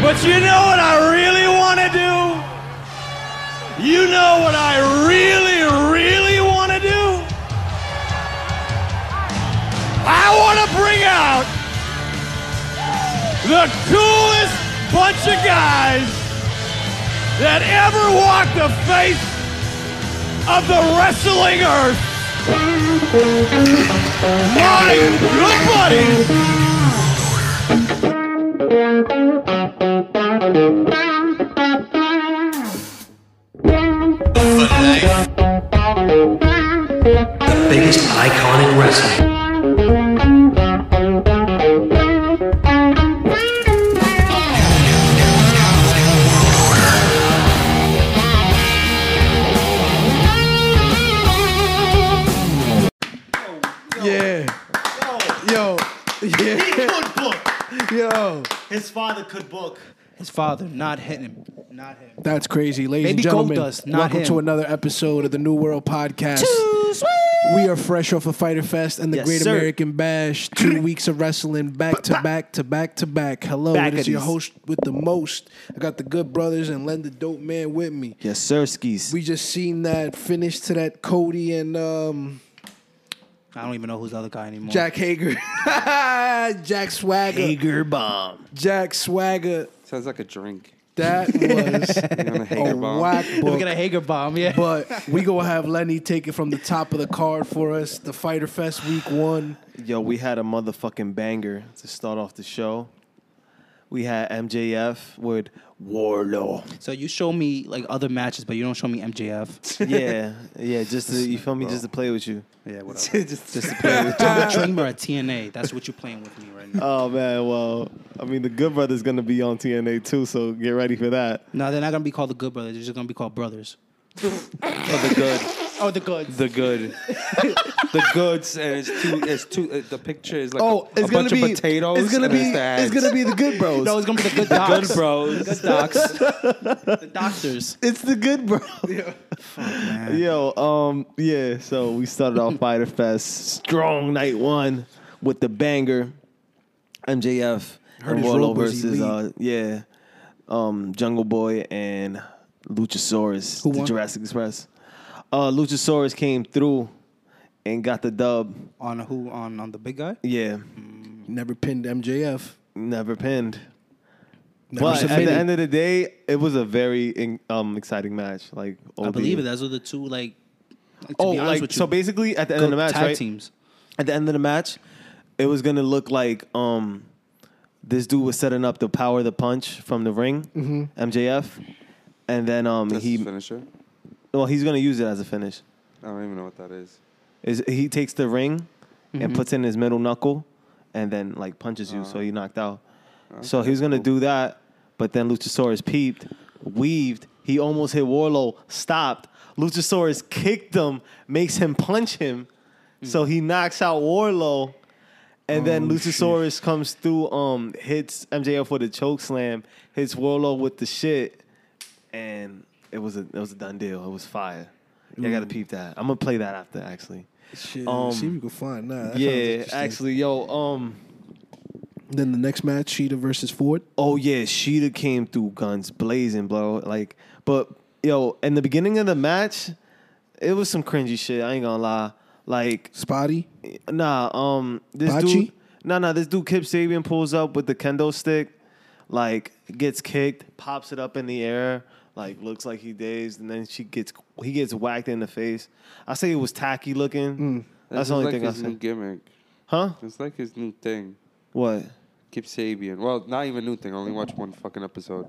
But you know what I really want to do? You know what I really, really want to do? I want to bring out the coolest bunch of guys that ever walked the face of the wrestling earth. My good buddies. biggest icon in wrestling. Yeah. Yo. He Yeah. could book. Yo. His father could book. His father, not him. Not him. That's crazy, ladies and Baby gentlemen. Goldust, not welcome him. to another episode of the New World Podcast. We are fresh off of Fighter Fest and the Yes, Great sir. American Bash. Two weeks of wrestling back to back to back to back. Hello, it Back is of your these. host with the most. I got the good brothers and Len the Dope Man with me. Yes, sir, skis. We just seen that finish to that Cody and um, I don't even know who's the other guy anymore. Jack Hager. Jack Swagger. Hager bomb. Jack Swagger. Sounds like a drink. That was You're on a a hanger bomb. whack Look book. at a Hager bomb. Yeah. But we gonna have Lenny take it from the top of the card for us. The Fighter Fest Week One. Yo, we had a motherfucking banger to start off the show. We had MJF with Warlow. so you show me like other matches, but you don't show me MJF. Yeah, yeah, just to, you feel me, just to play with you. yeah, whatever. just, just to play with you. Tommy Dreamer at TNA. That's what you're playing with me right now. Oh man, well, I mean, the Good Brother's gonna be on TNA too, so get ready for that. no, they're not gonna be called the Good Brothers. They're just gonna be called Brothers. Oh, the good, Oh, the Goods. the good, the goods, and it's two. It's two. uh, the picture is like Oh, a, it's a gonna bunch be of potatoes. It's gonna and be it's the it's heads. gonna be the Good Bros. no, oh, it's gonna be the Good Docs. good bros. The Doctors. It's the good bro. Yo, um, yeah. So we started off Fighter Fest strong night one with the banger MJF Heard and his Warlow rope was versus elite. uh, yeah, um, Jungle Boy and Luchasaurus, Who the won? Jurassic Express. Uh, Luchasaurus came through and got the dub. On who? On on the big guy? Yeah, Never pinned MJF. never pinned. Never But at submitted. the end of the day, it was a very in- um, exciting match. Like I OD. believe it. That's what the two like. To Oh, be honest like with you, so basically at the end of the match, tag right? teams. at the end of the match, it was gonna look like um, this dude was setting up the power of the punch from the ring, Mm-hmm. MJF, and then um, That's he his finisher. well he's gonna use it as a finish. I don't even know what that is. Is he takes the ring and puts in his middle knuckle, and then like punches you, so you knocked out. So he was gonna do that, but then Luchasaurus peeped, weaved. He almost hit Warlow, stopped. Luchasaurus kicked him, makes him punch him, so he knocks out Warlow, and then Luchasaurus comes through, um, hits MJF with a choke slam, hits Warlow with the shit, and it was a it was a done deal. It was fire. Yeah, I gotta peep that. I'm gonna play that after actually. Shit, Um, see if you can find that. that sounds yeah, interesting. actually, yo, um, Then the next match, Sheeta versus Ford. oh yeah, Sheeta came through guns blazing, bro. Like, but yo, in the beginning of the match, it was some cringy shit. I ain't gonna lie. Like, Spotty. nah, um, this Bocce? dude, nah, nah, this dude Kip Sabian pulls up with the kendo stick, like gets kicked, pops it up in the air, like looks like he dazed, and then she gets he gets whacked in the face. I say it was tacky looking. Mm. That's the just only like thing I his new said. gimmick. Huh? It's like his new thing. What? Kip Sabian. Well, not even new thing. I only watched one fucking episode.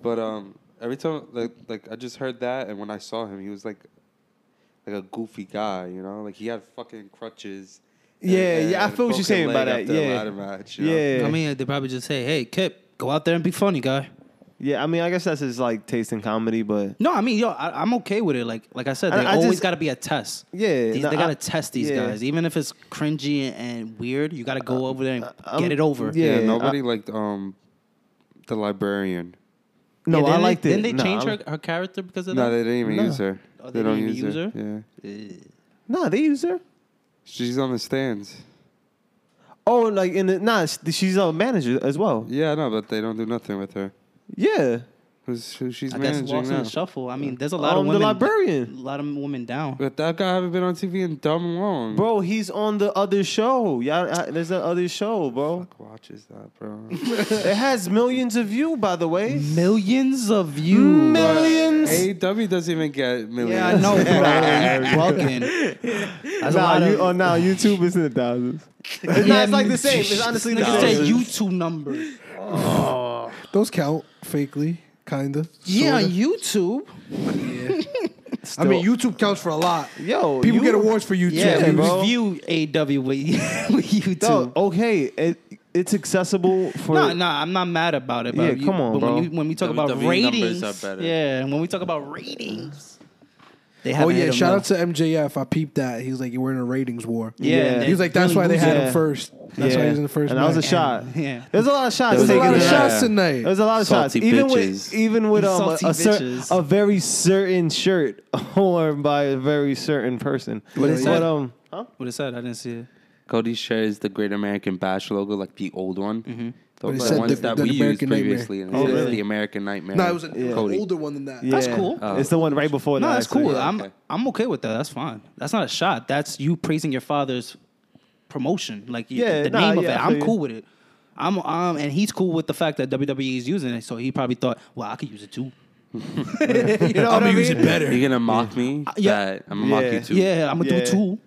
But um, every time like like I just heard that, and when I saw him, he was like like a goofy guy. You know, like he had fucking crutches. and- Yeah, yeah, I and feel what you're broken saying about leg that, after a yeah. ladder match, you know? Yeah. I mean, they probably just say, "Hey, Kip, go out there and be funny, guy." Yeah, I mean, I guess that's his like taste in comedy, but No, I mean, yo, I, I'm okay with it. Like, like I said, I- there I always just- got to be a test. Yeah, These- no, they got I- to test these yeah. guys, even if it's cringy and weird. You got to go over there and I'm- get it over. uh, um, yeah. Yeah, I- nobody liked um the librarian. no, Yeah, I didn't liked they, it. Didn't Nah, they change I- her, her character because of No, that? they didn't even No. use her. Oh, they, don't use her. Yeah, Nah, they used her. she's on the stands. Oh, like in the, nah, sh- she's a manager as well. Yeah, I know, but they don't do nothing with her. Yeah. Who's who she's I guess managing lost in now? the shuffle. I mean, there's a Um, lot of the women. librarian. A lot of women down. But that guy haven't been on TV in dumb long. Bro, he's on the other show. Yeah, there's that other show, bro. Fuck watches that, bro. It has millions of view, by the way. Millions of views. Millions. AEW E doesn't even get millions. Yeah, I know, bro. Bugging. That's a lot of- now oh, YouTube is in the thousands. It's, Yeah, not, it's like the you- same. It's honestly the Nigga said same. YouTube number. Those count fakely, kinda. Yeah, sorta. YouTube. I mean YouTube counts for a lot. yo, People you- get awards for YouTube. Yeah, Yeah, we bro. review AW with, with YouTube. Dog, okay, it, it's accessible for. No, no, I'm not mad about it. But Yeah, you- come on, but bro. When, you, when we talk about WWE E numbers ratings, are better. yeah, and when we talk about ratings, they Oh haven't yeah, hit 'em shout though. out to MJF. I peeped that. He was like, "We're in a ratings war." Yeah, Yeah. and He was like, "That's why really they had losing. Yeah. him first. That's why he was in the first." And that was a match. shot. Yeah. There's a lot of shots. There's a taken lot of tonight. shots tonight. There's a lot of Salty shots. Even bitches. with even with um, a, Salty a, cer- bitches. a very certain shirt worn by a very certain person. But, is that? um, huh? What it said? I didn't see it. Cody shares the Great American Bash logo, like the old one. Mm-hmm. The, it the said ones the- that the we used American Nightmare. previously. And it Oh, says really? The American Nightmare. No, it was, an, it was an Cody. older one than that. That's Yeah. cool. Oh. It's the one right before No, that. that's actually. cool. Yeah, I'm okay. I'm okay with that. That's fine. That's not a shot. That's you praising your father's promotion, like you- Yeah, the nah, name of yeah, I it. feel I'm you. cool with it. I'm um, and he's cool with the fact that WWE is using it. So he probably thought, well, I could use it too. you know I'm what I gonna mean? use it better. You're gonna mock me? yeah. That I'm gonna mock Yeah. you too. Yeah, I'm gonna do Yeah. it too.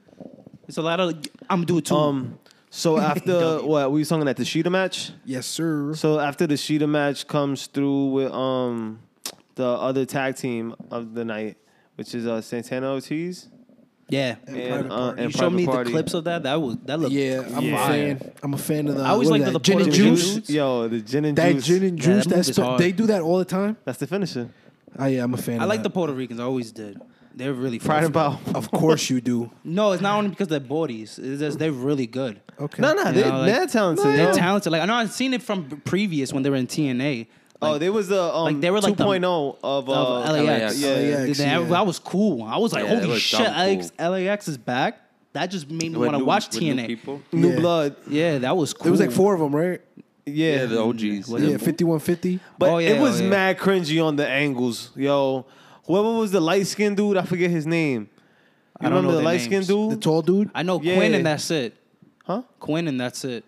It's a lot of I'm gonna do it too. Um, so after what we was talking at the Sheeta match. Yes, sir. So after the Sheeta match comes through with um the other tag team of the night, which is uh, Santana Ortiz. yeah, And, uh, you and showed Private me the Party. clips of that. That was that looked Yeah, I'm Yeah. a fan. I'm a fan of the. I always what is like the that, gin and Puerto Rican juice. dudes. Yo, the gin and That juice. gin and Yeah, that juice. move that's is hard. they do that all the time. That's the finisher. I yeah, I'm a fan. I of like the that. Puerto Ricans. I always did. They're really Pride forceful. and Bow. Of course you do. No, it's not only because they're bodies. It's just they're really good. Okay. No, no, You they, know, like- they're talented. yo. They're talented. Like I know I've seen it from b- previous when they were in TNA. oh, they was the um, like, they were like the- 2.0 of, uh, of LAX. LAX. Yeah, yeah. LAX, Then I- yeah. That was cool. I was like, Yeah, that holy was shit, dumb LAX, LAX is back. That just made me With want to new- watch with new TNA. people? New Yeah. blood. Yeah, that was cool. There was like four of them, right? Yeah. Yeah, the OGs. Was Yeah, it- fifty-one fifty. but Oh, yeah, it was oh, yeah. mad cringy on the angles, yo. Whoever was the light skinned dude, I forget his name. You I don't remember know the their light skinned names. dude? The tall dude. I know Yeah. Quinn and that's it. Huh? Quinn and that's it.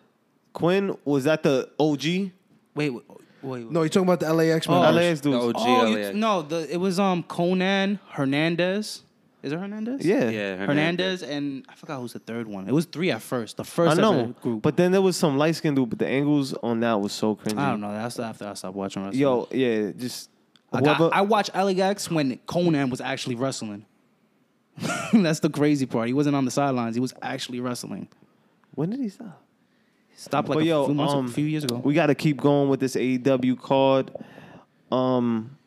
Quinn was that the OG? Wait, wait, wait. No, you're talking about the LAX man. Oh, LAX The dude. OG oh, you- LAX. no, the, it was um Conan Hernandez. Is it Hernandez? Yeah. Yeah, Hernandez and I forgot who's the third one. It was three at first. The I first know. group. But then there was some light skinned dude, but the angles on that was so cringy. I don't know. That's after I stopped watching wrestling. Yo, yeah, just I, got, whoever- I watched LAX when Conan was actually wrestling. That's the crazy part. He wasn't on the sidelines. He was actually wrestling. when did he stop? Stopped like but a yo, few months, um, a few years ago. We got to keep going with this AEW card. Um,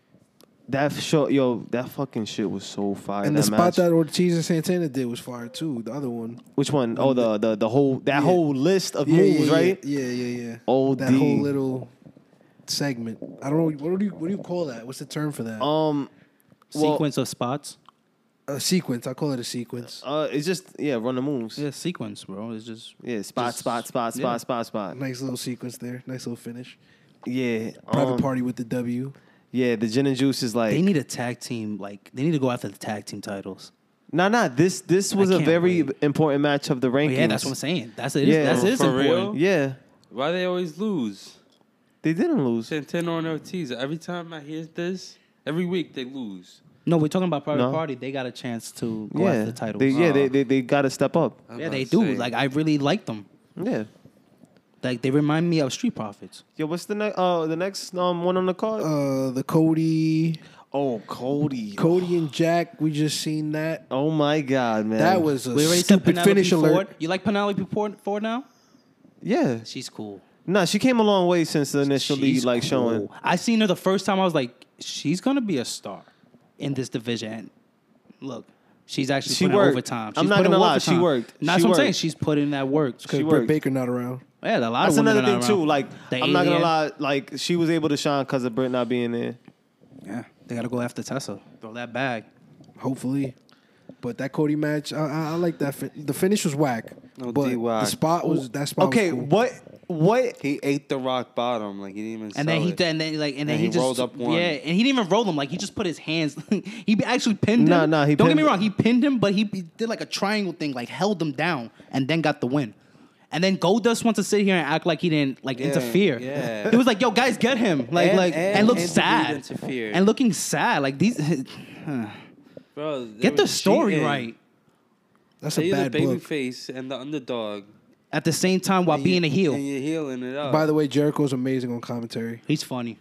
that show, yo, that fucking shit was so fire. and that the spot match. that Ortiz and Santana did was fire too. The other one. which one? Oh, the the the whole that whole list of moves, right? Yeah, yeah, yeah. OD. that whole little segment. I don't know what do you what do you call that? What's the term for that? Um, well, sequence of spots. a sequence. I call it a sequence. Uh, it's just yeah, run the moves. Yeah, Yeah, sequence, bro. It's just spot, Just- spot, spot, yeah. spot, spot, spot. Nice little sequence there. Nice little finish. Yeah, Private um, party with the W. Yeah, the gin and juice is like they need a tag team. Like they need to go after the tag team titles. nah, nah. This this was a can't very wait. important match of the rankings. But Oh, yeah, that's what I'm saying. That's it. Yeah. Yeah, that's it. is For important. real? Yeah, Why they always lose? they didn't lose. Santana and Ortiz. Every time I hear this, every week they lose. No, we're talking about private No. party. They got a chance to go Yeah, after the titles. they, yeah, Oh. they they, they got to step up. I'm yeah, about they to do. say. Like I really like them. Yeah. Like they remind me of Street Profits. Yo, what's the next? Uh, the next um one on the card. Uh, the Cody, oh, Cody. Cody and Jack. We just seen that. Oh my God, man. That was a We already said stupid Penelope finish Ford. alert. You like Penelope Ford, Ford now? yeah. She's cool. Nah, she came a long way since the initially She's like cool. showing. I seen her the first time. I was like, she's gonna be a star in this division. And look, she's actually She putting worked. overtime. I'm She's not putting gonna lie, overtime. she worked. And That's She what I'm saying. worked. She's putting that work. Because worked. Britt Baker not around. Yeah, a lot That's of women another are thing not too. around. Like The I'm not gonna alien. lie, like she was able to shine because of Britt not being there. Yeah, they gotta go after Tessa. Throw that bag. Hopefully. But that Cody match, I, I, I like that. Fin- the finish was whack, No, but D-Wack. the spot was that spot. was Okay, cool. what what? He ate the rock bottom. Like he didn't even. And then sell he it. did, and then like, and then And he, he just rolled up one. Yeah, and he didn't even roll him. Like he just put his hands. he actually pinned No, him. no, he don't get pinned- me wrong. He pinned him, but he he did like a triangle thing, like held him down, and then got the win. And then Goldust wants to sit here and act like he didn't like interfere. yeah. he was like, "Yo, guys, get him!" Like, And- like, and, and- look and the sad, dude interfered. and looking sad. Like these, Bro, they get the was story cheating. right. That's So a you're the bad baby book. face and the underdog. At the same time, while and being you- a heel, And you're healing it up. By the way, Jericho's amazing on commentary. he's funny.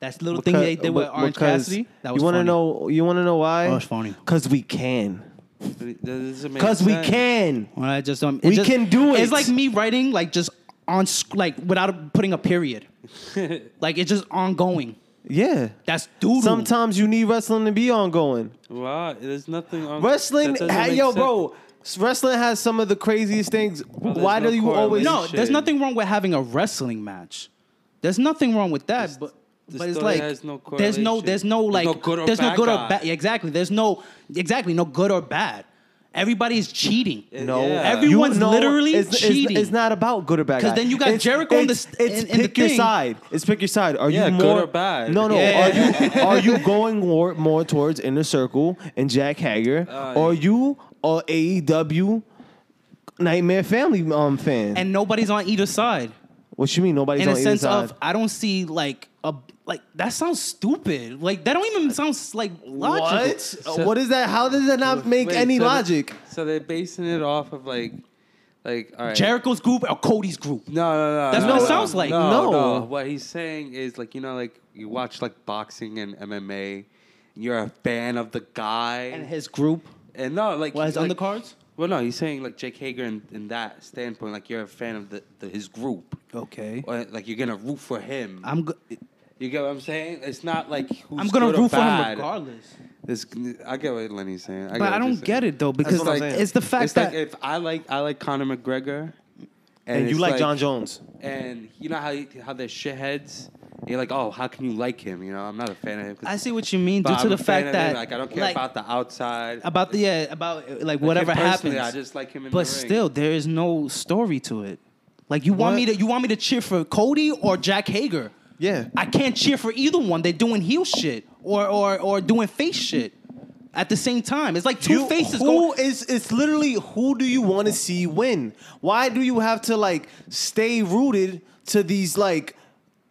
That's little thing they did with Beca- Orange because Cassidy. That was you wanna funny. know? You want to know why? That was funny. Because we can. That doesn't make Because we sense. can. When I just um, We just- can do it. It's like me writing like just on sc- like without putting a period. like it's just ongoing. Yeah. That's doodle. Sometimes you need wrestling to be ongoing. Wow, there's nothing on Wrestling, that doesn't ha- make yo, sense. bro. s- Wrestling has some of the craziest things. there's Why no do you always? correlation. no, there's shit. nothing wrong with having a wrestling match. There's nothing wrong with that, but the but it's story like has no there's no there's no correlation. like There's no good or there's no bad good guy. or bad yeah, exactly there's no exactly no good or bad. Everybody is cheating. No, Yeah. Everyone's You- no, literally it's, it's- cheating. It's, not about good or bad. 'Cause guy. then you got It's- Jericho in the it's- s- It's in- in the pick your thing. side. It's pick your side. Are Yeah, you good more or bad. No, no. Are you are you going more more towards Inner Circle and Jack Hager, or you are AEW Nightmare Family um fan? and nobody's on either side. what you mean nobody's in on a either sense side? of I don't see like a like that sounds stupid. Like that don't even sound like logical. what? what is that? How does that not make Wait, any so they- logic? So they're basing it off of like, like all right. Jericho's group or Cody's group. No, no, no. That's no, what it no, sounds like. No, No. no. What he's saying is like you know, like you watch like boxing and MMA. And you're a fan of the guy, And and, his group no, like was like, undercards. Well, no, he's saying like Jake Hager in, in that standpoint, like you're a fan of the, the his group, Okay. or like you're gonna root for him. I'm go- you get what I'm saying? It's not like who's I'm gonna good or root for him bad. regardless. This, I get what Lenny's saying, But I don't get it though because what I'm like, saying. it's the fact it's that like if I like I like Conor McGregor, And, you it's like, John Jones? and you know how how they're shitheads. You're like, oh, how can you like him? You know, I'm not a fan of him. 'cause- I see what you mean but due to I'm the a fan fact of him, that like I don't care like, about the outside. about the yeah about uh, like whatever personally, happens. I just like him in the but ring. still, there is no story to it. Like you want me to you want me to cheer for Cody or Jack Hager? Yeah. I can't cheer for either one. They're doing heel shit or or or doing face shit at the same time. It's like two You- faces Who going. is? It's literally who do you want to see win? Why do you have to like stay rooted to these like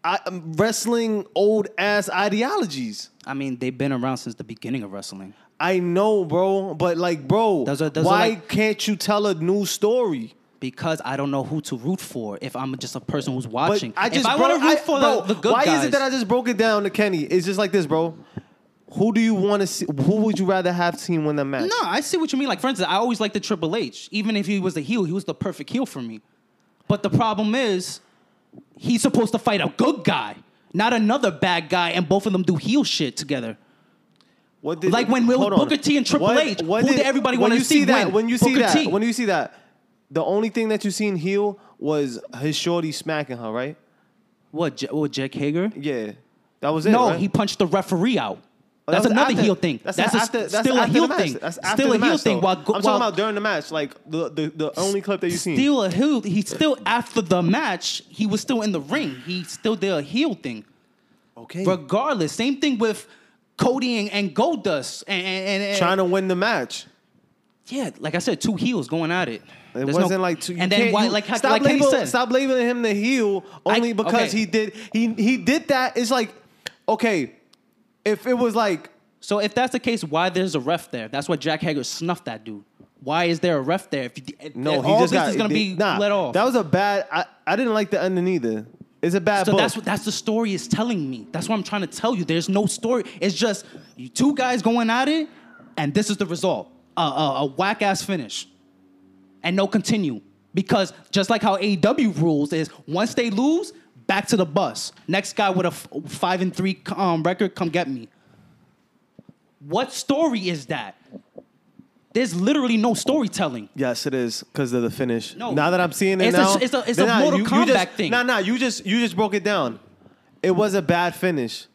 I, um, wrestling old ass ideologies? I mean, they've been around since the beginning of wrestling. I know, bro, but like, bro, Those are- those are, why like- can't you tell a new story? Because I don't know who to root for if I'm just a person who's watching. But I just if I bro- want to root I- for bro, the, the good why guys, is it that I just broke it down to Kenny? It's just like this, bro. Who do you want to see? Who would you rather have seen win the match? no, I see what you mean. Like, for instance, I always liked the Triple H. Even if he was a heel, he was the perfect heel for me. But the problem is, he's supposed to fight a good guy, not another bad guy, and both of them do heel shit together. What did, Like when Will- hold on. Booker T and Triple H, who did everybody when wanna you see that? win? When you see Booker that, T. when you see that, the only thing that you seen heel was his shorty smacking her, right? What? J- what Jack Hager? Yeah, that was it. No, right? he punched the referee out. Oh, that That's was another after- heel thing. That's, a, after- that's still a after the heel match. thing. That's after still the a heel match, thing. though. While, I'm go- talking while about during the match, like the the, the only clip that you seen. still a heel. He still after the match. He was still in the ring. He still did a heel thing. okay, Regardless, same thing with Cody and, and Goldust and, and, and, and trying to win the match. yeah, like I said, two heels going at it. It There's no- wasn't like two, you and then can't- why, you- like how- stop like Kenny label- said, stop labeling him the heel only I- because okay. he did he he did that. It's like okay, if it was like So if that's the case, why there's a ref there? That's why Jack Hager snuffed that dude. Why is there a ref there? If you, if- No, if he all just this got is gonna they- be nah, let off. That was a bad. I, I didn't like the ending either. It's a bad So book. that's what that's the story is telling me. That's what I'm trying to tell you. There's no story. It's just you two guys going at it, and this is the result: a a, a whack ass finish, and no continue. Because just like how AEW rules is, once they lose, back to the bus. Next guy with a f- five and three um, record, come get me. What story is that? There's literally no storytelling. yes, it is because of the finish. No. now that I'm seeing it It's a- now, it's a- it's a Mortal you just, Kombat thing. No, no, you just you just broke it down. It was a bad finish.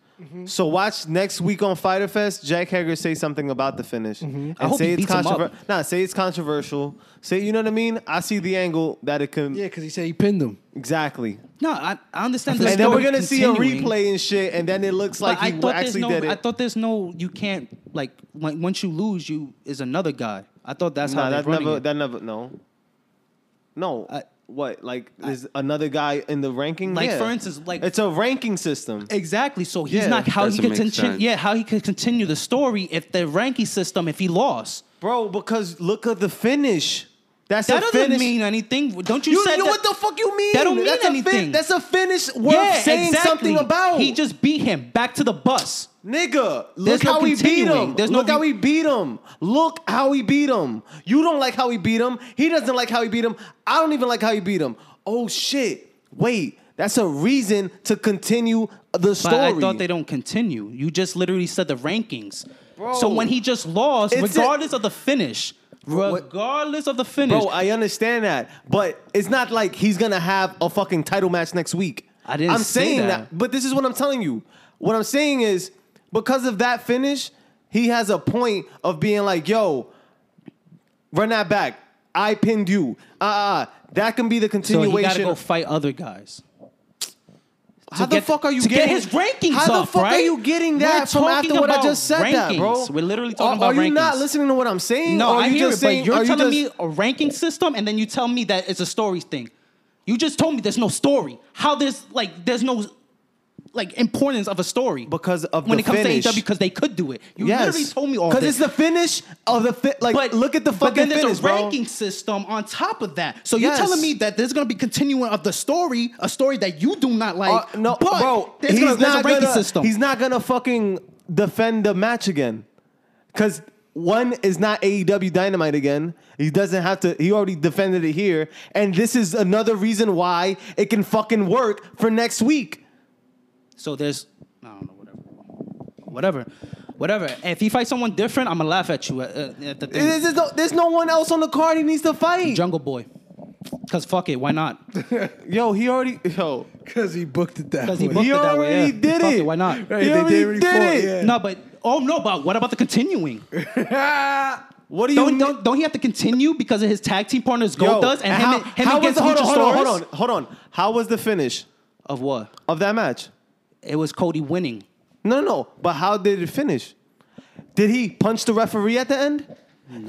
So watch next week on Fighter Fest. Jack Hager say something about the finish and I hope say he it's beats him up. controversial. Nah, say it's controversial. Say you know what I mean. I see the angle that it can Yeah, because he said he pinned him. exactly. No, I, I understand. the And then we're story gonna see a continuing, replay and shit, and then it looks but like I he thought there's actually no. did it. I thought there's no. You can't like when, once you lose, you is another guy. I thought that's nah, how they're that running never. it. That never. No. No. I- what? Like there's another guy in the ranking? Like, Yeah. for instance, like- it's a ranking system. Exactly. So he's Yeah, not how he doesn't could make continue. sense. Yeah, how he could continue the story if the ranking system if he lost. Bro, because look at the finish. That's That a doesn't finish. mean anything. Don't you, you, said you- that- what the fuck you mean? That don't mean that's A fin- anything. that's a finish worth yeah, saying exactly. something about. He just beat him back to the bus. nigga. Look There's no how we beat continuing. him. There's no look how re- he beat him. Look how he beat him. You don't like how he beat him. He doesn't like how he beat him. I don't even like how he beat him. Oh shit! Wait, that's a reason to continue the But story. I thought they don't continue. You just literally said the rankings. Bro. so when he just lost, It's a- regardless of the finish, what- regardless of the finish, Bro, I understand that, but it's not like he's gonna have a fucking title match next week. I didn't I'm say saying that. but this is what I'm telling you. What I'm saying is because of that finish, he has a point of being like, "Yo, run that back. I pinned you. Ah, uh, that can be the so he continuation. gotta go fight other guys. how to the get- fuck are you to get getting his rankings How the up, fuck are right? you getting that We're from after talking what I about just said, that, bro? rankings. We're literally Are- talking are, about you not rankings. listening to what I'm saying? No, Or are I you hear it, just saying, but you're are you telling just- me a ranking system, and then you tell me that it's a story thing. You just told me there's no story. How there's like there's no like importance of a story Because of when the it comes finish. to AEW because they could do it. You literally told me all Because this. it's the finish of the fi- like. look at the fucking But then there's finish, a bro. ranking system on top of that. So Yes. you're telling me that there's gonna be continuing of the story, a story that you do not like. Uh, no, but bro, there's, he's gonna, there's not a ranking gonna, system. He's not gonna fucking defend the match again, because one is not AEW Dynamite again. He doesn't have to. He already defended it here, and this is another reason why it can fucking work for next week. So there's I don't know whatever, whatever, whatever. If he fights someone different, I'm gonna laugh at you at, at- at the thing. There's, there's no, there's no one else on the card he needs to fight. Jungle Boy. Cause fuck it, why not? Yo, he already yo. Because he booked it that Because way. he booked He it that way. already yeah. did Fuck it. Why not? Right, he they already already did fought, it. yeah. No, but oh no, but what about the continuing? What do you Don't, mean? don't don't he have to continue because of his tag team partners Gold does and, how- him him how was against the- hold on, hold on, Luchasaurus? hold on, hold on. How was the finish Of what? of that match? It was Cody winning. No, no, no. But how did it finish? Did he punch the referee at the end?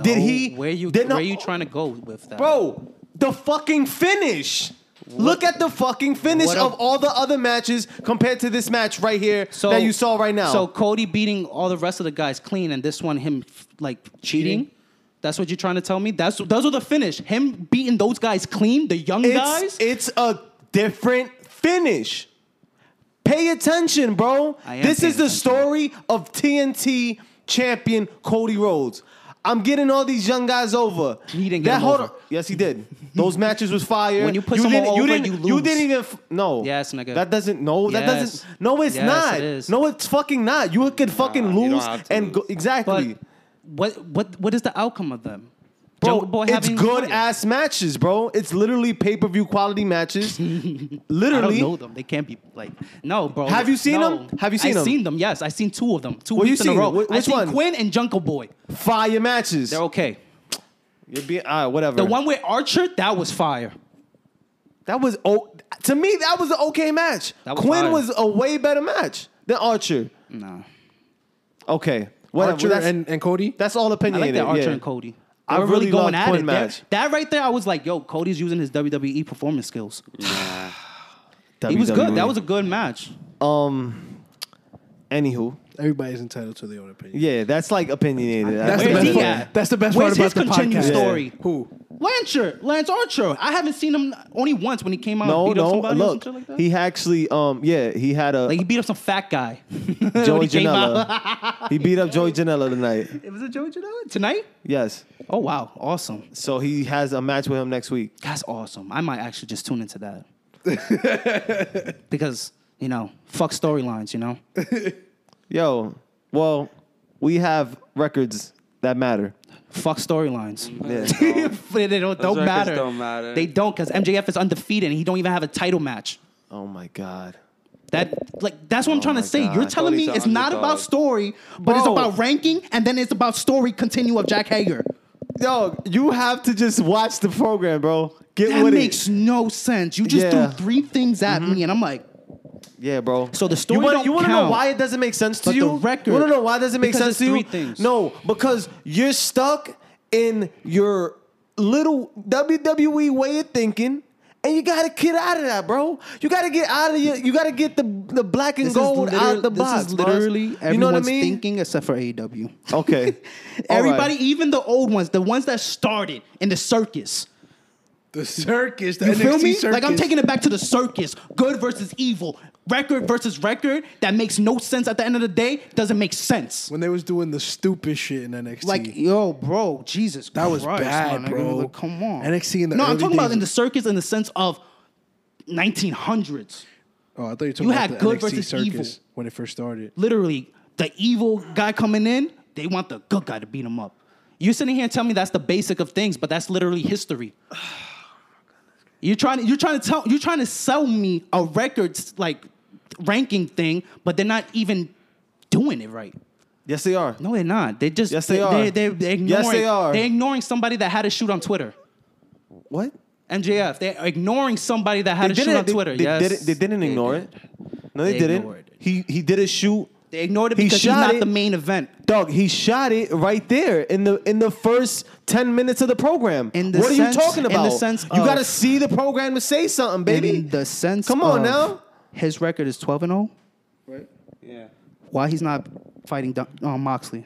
did he? Oh, where you did where you trying to go with that? Bro, the fucking finish. Look at the fucking finish What a- of all the other matches compared to this match right here that you saw right now. So Cody beating all the rest of the guys clean, and this one him f- like cheating. That's what you're trying to tell me. That's those are the finish. Him beating those guys clean, the young it's, guys. it's a different finish. Pay attention, bro. I am This is the paying attention. story of TNT champion Cody Rhodes. I'm getting all these young guys over. He didn't get that them hold over. on. Yes, he did. Those matches was fire. When you put someone didn't, you over, didn't, you You lose. didn't even f- no. Yes, nigga. That doesn't. No, that Yes. doesn't. No, it's Yes, not. it is. No, it's fucking not. You could fucking you don't lose have to and go, lose. but exactly. what what what is the outcome of them? Bro, Jungle Boy it's having good Cody. ass matches, bro. It's literally pay per view quality matches. I don't literally, know them. They can't be like no, bro. Have you seen no. them? Have you seen I've them? seen them. Yes, I've seen two of them. Two What you weeks in seen? a row. Wh- I which seen one? Quinn and Jungle Boy. fire matches. They're okay. You're being all right, whatever. The one with Archer, that was fire. that was oh, to me that was an okay match. That was Quinn fire. was a way better match than Archer. No, Okay, whatever. Archer that's, and, and Cody. that's all I opinionated. like that Archer yeah. and Cody. They I were really really going loved at Quinn it. match. That, that right there, I was like, yo, Cody's using his WWE performance skills. He was E. good. That was a good match. um. E. Anywho, Everybody's entitled to their own opinion. yeah, that's like opinionated. That's the Where's best he part. at? That's the best Where's part his about the continued podcast. story? Who? Lancer, Lance Archer. I haven't seen him only once when he came out. No, and beat up no. somebody or Look, some shit like that. he actually, um, yeah, he had a Like, he beat up some fat guy. Joey When he came out. Janela. he beat up Joey Janela tonight. It was a Joey Janela tonight. Yes. Oh wow, awesome. So he has a match with him next week. That's awesome. I might actually just tune into that because you know, fuck storylines. You know, Yo, well, we have records that matter. fuck storylines. Yeah. they don't, Those don't records matter. don't matter. They don't because MJF is undefeated and he don't even have a title match. Oh my God. That like that's what I'm trying to my say. God. You're I telling thought me he's an it's not underdog. about story, but it's Bro. about ranking, and then it's about story continue of Jack Hager. Yo, you have to just watch the program, bro. Get That with makes it. no sense. You just Yeah. threw three things at me, and I'm like, Yeah, bro. So the story You wanna, don't you wanna know count. why it doesn't make sense to But the you? record- You wanna know why it doesn't make because sense it's to you? three things. No, because you're stuck in your little WWE way of thinking. And you gotta get out of that, bro. You gotta get out of your. You gotta get the the black and this is gold literal- out the this box. is Mons. literally everyone's you know what I mean? thinking except for AEW. Okay, Everybody, even the old ones, the ones that started in the circus. The circus, the You NXT feel me? circus. Like I'm taking it back to the circus. Good versus evil. Record versus record. That makes no sense at the end of the day. Doesn't make sense. when they was doing the stupid shit in NXT. Like, yo, bro, Jesus That was Christ, bad, my nigga. bro. Like, come on. NXT in the No, I'm early talking about days- in the circus in the sense of 1900s. oh, I thought you were talking you about had the good NXT versus circus evil. when it first started. Literally, the evil guy coming in, they want the good guy to beat him up. You're sitting here and telling me that's the basic of things, but that's literally history. Oh, You're trying to you're trying to tell you're trying to sell me a records like ranking thing, but they're not even doing it right. Yes, they are. No, they're not. They just Yes, they they, are. They, they're, they're Yes, ignoring, they are. They're ignoring somebody that had a shoot on Twitter. What? MJF. They're ignoring somebody that had a did shoot it- on Twitter. They, yes. did it- they didn't ignore did. it. No, they, They ignored didn't. it. He he did a shoot. They ignored it He because he's shot not it. the main event. Dog, he shot it right there in the in the first ten minutes of the program. In the what sense- are you talking in the about? sense you of- gotta see the program to say something, baby. In the sense Come on of now. His record is 12 and 0. Yeah. Why he's not fighting Dun- uh, Moxley?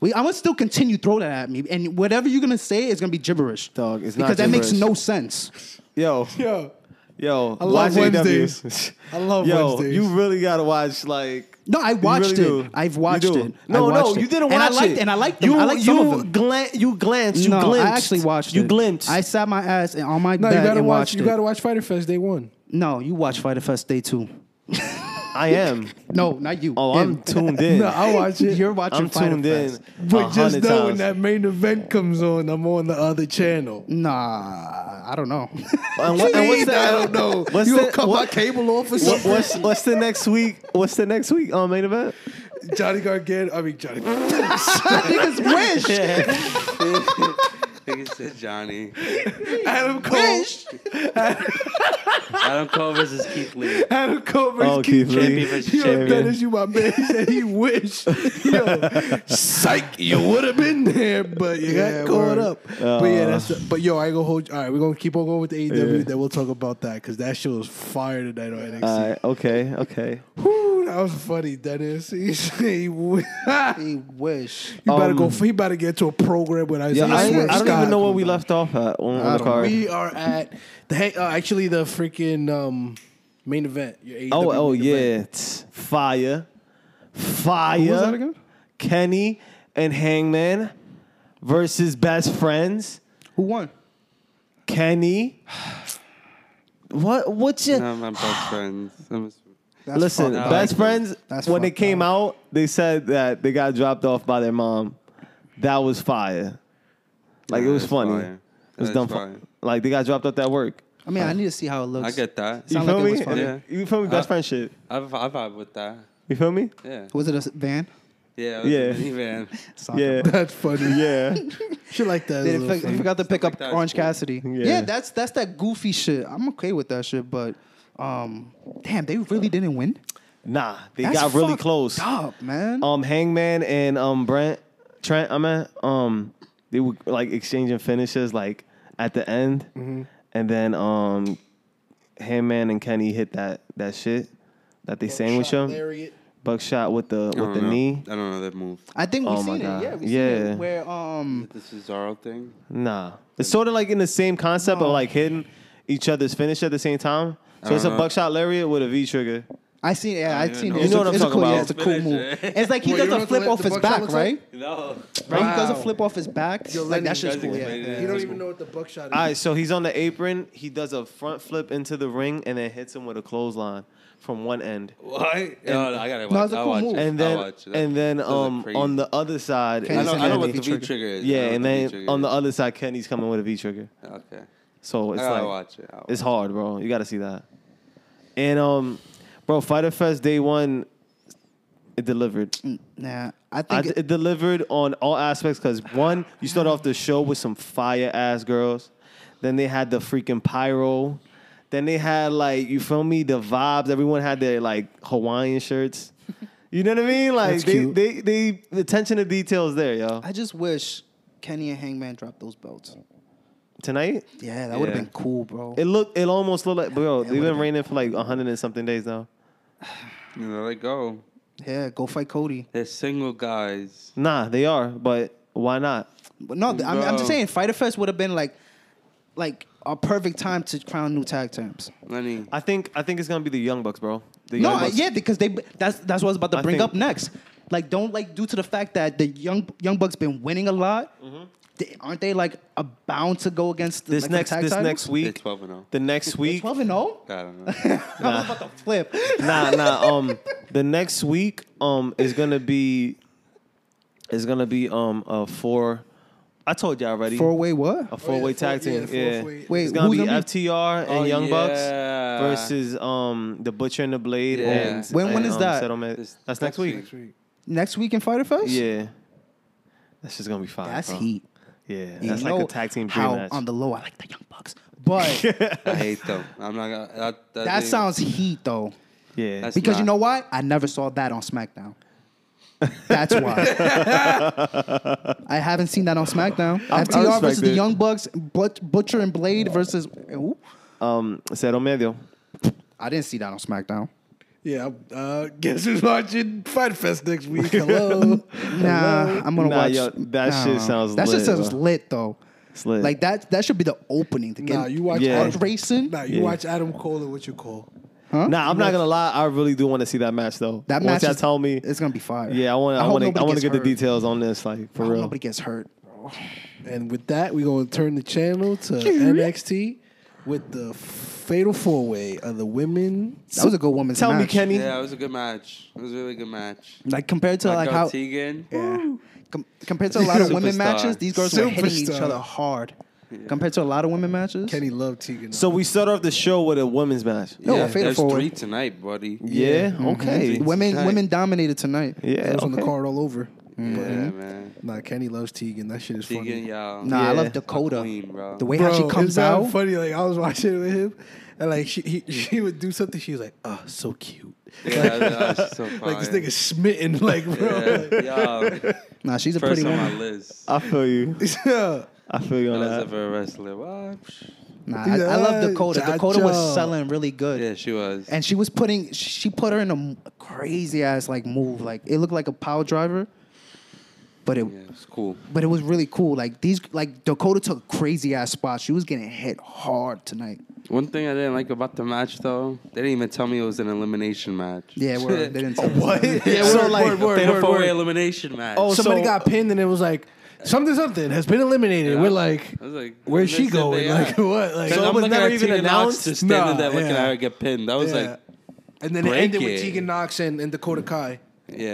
We, I'm gonna still continue throw that at me, and whatever you're gonna say is gonna be gibberish, Dog, it's not because that makes gibberish. no sense. Yo, Yo, yo, I love Wednesdays. I love yo, Wednesdays. you really gotta watch like. No, I you watched really it. do. I've You watched do. it. I No, watched no, you it. didn't watch And I liked- it. and I liked them. You, I liked you some of them. Glan- you glanced. You no, glimpsed. I actually watched You it. glimpsed. I sat my ass and on my no, bed you gotta and watch. watched You it. gotta watch Fighter Fest Day One. no, you watch Fighter Fest Day Two. I am. No, not you. Oh, Him. I'm tuned in. No, I watch it. You're watching I'm Fyter tuned in. Fest. But just 100 know when times. that main event comes on, I'm on the other channel. Nah, I don't know. And, what, and what's Please, that? I don't know. What's you the, gonna cut what- my cable off or what- something? what's, what's the next week? What's the next week on main event? Johnny Gargano. I mean Johnny. Niggas wish. Nigga said Johnny. Adam Cole. Adam Cole versus Keith Lee. Adam Cole versus Oh, Keith Keith Lee. Lee. Champion versus Yo, champion. Dennis, you my man. He said he wish. Yo, psych, you would have been there, but you Yeah, got caught word. Ah. up. but yeah, that's. but yo, I ain't gonna hold. All right, we're gonna keep on going with the AEW. Then we'll talk about that because that shit was fire tonight on NXT. All right. Okay. Okay. Whew, that was funny, Dennis. He said he wish. he He wish. better go. Um, He better get to a program with Isaiah. Yeah, I, I Swerve don't Scott. even know where we left off at on, on the card. We are at the hey, uh, actually the freaking um, main event. Your AEW oh, oh main yeah, event. It's fire, fire. Who was that again? Kenny and Hangman versus best friends. Who won? Kenny. What? What's your? Not my best friends. I'm Listen, fucked up. best Like, friends. that's when they fucked came out, they said that they got dropped off by their mom. That was fire. Like it Nah, was that's funny. fire. It was That's dumb fire. fun. Like they got dropped off at work. I mean, I need to see how it looks. I get that. You Sound feel like it was me? funny. Yeah. You feel me? Best Uh, friend shit. I, I vibe with that. You feel me? Yeah. Was it a s- van? Yeah. it was a Yeah. minivan. Soccer. Yeah. That's funny. yeah. Shit like that. is a They little forg- funny. forgot to pick like up that is Orange cool. Cassidy. Yeah. Yeah. that's that's that goofy shit. I'm okay with that shit, but um, damn, they really didn't win. Nah, they That's got really fucked close. Up, man. Um, Hangman and um Brent Trent. I mean, um, they were like exchanging finishes like at the end, Mm-hmm. and then um, Hangman and Kenny hit that that shit that they sandwiched Shot sandwich him. lariat. Buckshot with the I with don't the know. knee. I don't know that move. I think we oh my seen it. God. Yeah, we seen Yeah. it. Where um, This is Cesaro thing. Nah, it's sort of like in the same concept Oh. of like hitting each other's finish at the same time. So it's a know. buckshot lariat with a V trigger. I seen. Yeah, I even seen know. it. You It's know a- what I'm it's a talking cool, yeah, about. It's a cool move. Finish it. It's like Wait, he you does don't a have to flip let off the his buckshot back, look like- right? No. Right, he does a Wow. flip off his back. like that shit's cool. Yeah, explain it. yeah. You don't even know what the buckshot is. All right, so he's on the apron. He does a front flip into the ring and then hits him with a clothesline from one end. Why? No, no, I gotta watch. No, it's a I'll cool watch move. it. and I'll then watch it. and then Those are um crazy. on the other side, Kenny's I I know- know, It's I know a what the V V-trigger. trigger is. I yeah, know and what then V-trigger on the is. other side, Kenny's coming with a V trigger. Okay. So it's I gotta like watch it. I'll it's hard, bro. You got to see that. And um, Bro, Fighter Fest day one, it delivered. Nah, I I, think. it, delivered on all aspects because one, you start off the show with some fire ass girls. Then they had the freaking pyro. Then they had like you feel me the vibes. Everyone had their like Hawaiian shirts. You know what I mean? Like That's they, cute. they they the attention to details there, yo. I just wish Kenny and Hangman dropped those belts. Tonight Yeah, that would have Yeah. been cool, bro. it looked it almost looked like bro. They've would've been been- raining for like hundred and something days now. You know, let go. yeah, go fight Cody. They're single guys. Nah, they are, but why not? But no, I'm, I'm No. just saying, Fighter Fest would have been like, like a perfect time to crown new tag teams. Lenny. I think I think it's gonna be the Young Bucks, bro. The No, Young I, Bucks. yeah, because they that's that's what I was about to I bring think- up next. Like, don't like due to the fact that the young young bucks been winning a lot. They, aren't they like a bound to go against Mm-hmm. This like, the next tag this titles? next They're week, 12 and 0. the next week, twelve and zero? I don't know. I was about to flip. nah, nah. Um, the next week, um, is gonna be, is gonna be um a four. I told you all already. Four way what? A four-way tag yeah, team. fourth Yeah, way. Wait, it's gonna who's be gonna be- FTR and Oh, Young Bucks yeah. versus um the Butcher and the Blade. Yeah. And, When- when and, is um, that? Settlement. This- That's next next week. Next week. Next week in Fighter Fest? Yeah, that's just gonna be fine. that's bro. heat. Yeah, You that's know like a tag team dream how match. on the low I like the young bucks, but I hate them. I'm not gonna. I, that that thing- sounds heat though. yeah, That's- Because Nah. you know why? I never saw that on SmackDown. That's why. I haven't seen that on SmackDown. FTR respect versus the it. Young Bucks, But- Butcher and Blade versus. Ooh, um, Cero Medio. I didn't see that on SmackDown. Yeah, uh, guess who's watching Fight Fest next week? Hello. Nah, I'm gonna Nah, watch. yo, that nah, shit nah. sounds That shit lit, sounds bro. lit though. It's lit. Like that. That should be the opening to get nah, you watch Yeah. arms Adam, racing. nah, you Yeah. watch Adam Cole and what you call. Nah, I'm not gonna lie. I really do want to see that match though. That Once match. y'all is- tell me, it's gonna be fire. Yeah, I want. I hope want to. I nobody want to get gets the hurt. details on this, like I for hope real. Nobody gets hurt. And with that, we're gonna turn the channel to NXT with the fatal four way of the women. That was a good woman's Tell me, match. Kenny. Yeah, it was a good match. It was a really good match. Like compared to like Go how Tegan. Yeah. Com- compared to a lot of women Superstar. matches, these girls were hitting each Superstar. other hard. Compared to a lot of women matches, Kenny loved Tegan. So we start off the show with a women's match. No, yeah, fatal there's forward. three tonight, buddy. Yeah. Okay. women women dominated tonight. Yeah. that was on the okay. card all over. Yeah, But, man. nah, Kenny loves Tegan. That shit is Tegan, funny. y'all. Nah, I Yeah. love Dakota. Queen, bro. the way Bro, how she it's comes that out. funny. Like I was watching it with him, and like she he, she would do something. She was like, "Oh, so cute." Yeah, that's so Like this fire. nigga smitten. Like bro, Yeah, y'all. Nah, she's a First pretty on my woman. list. I feel you. yeah. I feel you I on was that. ever a wrestler. What? Nah, I, I love Yeah, Dakota. Jaja. Dakota was selling really good, Yeah, she was. and she was putting she put her in a crazy ass like move. Like it looked like a power driver, but it yeah, it was cool. but it was really cool. Like these like Dakota took crazy ass spots. She was getting hit hard tonight. One thing I didn't like about the match, though, they didn't even tell me it was an elimination match. Yeah, word. They Oh, didn't tell us What? yeah, So, so like, like fatal fatal forward. four way elimination match. Oh, somebody so- got pinned and it was like something something has been eliminated. Yeah. We're like, I was like, where's she listen, going? they Like are. what? Like So it I'm was looking never at even Tegan Knox announced? just standing Nah, there looking yeah. at her get pinned. I was Yeah. like, and then it break ended with it. Tegan Knox and, and Dakota Kai. yeah, Yeah,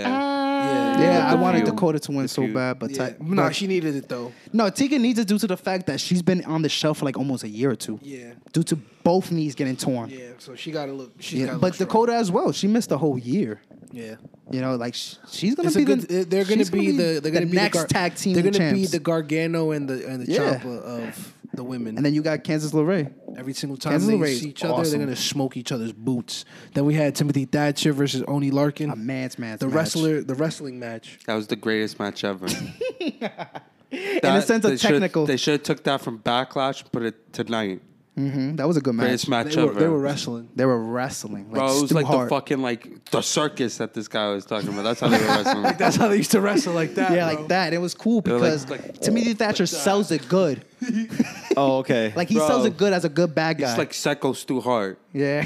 Yeah, I Good for wanted you. Dakota to win so you. bad, but Yeah. Ti- Nah, but- she needed it though. no, Tegan needs it due to the fact that she's been on the shelf for like almost a year or two. Yeah. Due to both knees getting torn. Yeah. Yeah, so she got to look. She's got. but Dakota as well. She missed a whole year. Yeah, You know, like sh- she's gonna it's be a good, the. they're going she's to be the they're going to be next the Gar- tag team. They're gonna be champs. the Gargano and the and the Yeah. Ciampa of the women. And then you got Kansas LeRae. Every single time Kansas they LeRae is see each other, awesome. they're gonna smoke each other's boots. Then we had Timothy Thatcher versus Oni Larkin, A man's man's the match. wrestler, the wrestling match. that was the greatest match ever. In In the sense of technical. they should have took that from Backlash and put it tonight. Mhm, That was a good match. Greatest match They were, ever. they were wrestling. They were wrestling. Like, Bro, it was Stu like Hart. the fucking like the circus that this guy was talking about. That's how they were wrestling. like That's how they used to wrestle like that. Yeah, bro. like that. It was cool were like- because like- oh, uh, Timothy Thatcher sells it good. Oh, okay. Like he Bro. sells it good as a good bad guy. It's like Psycho Stu Hart. yeah.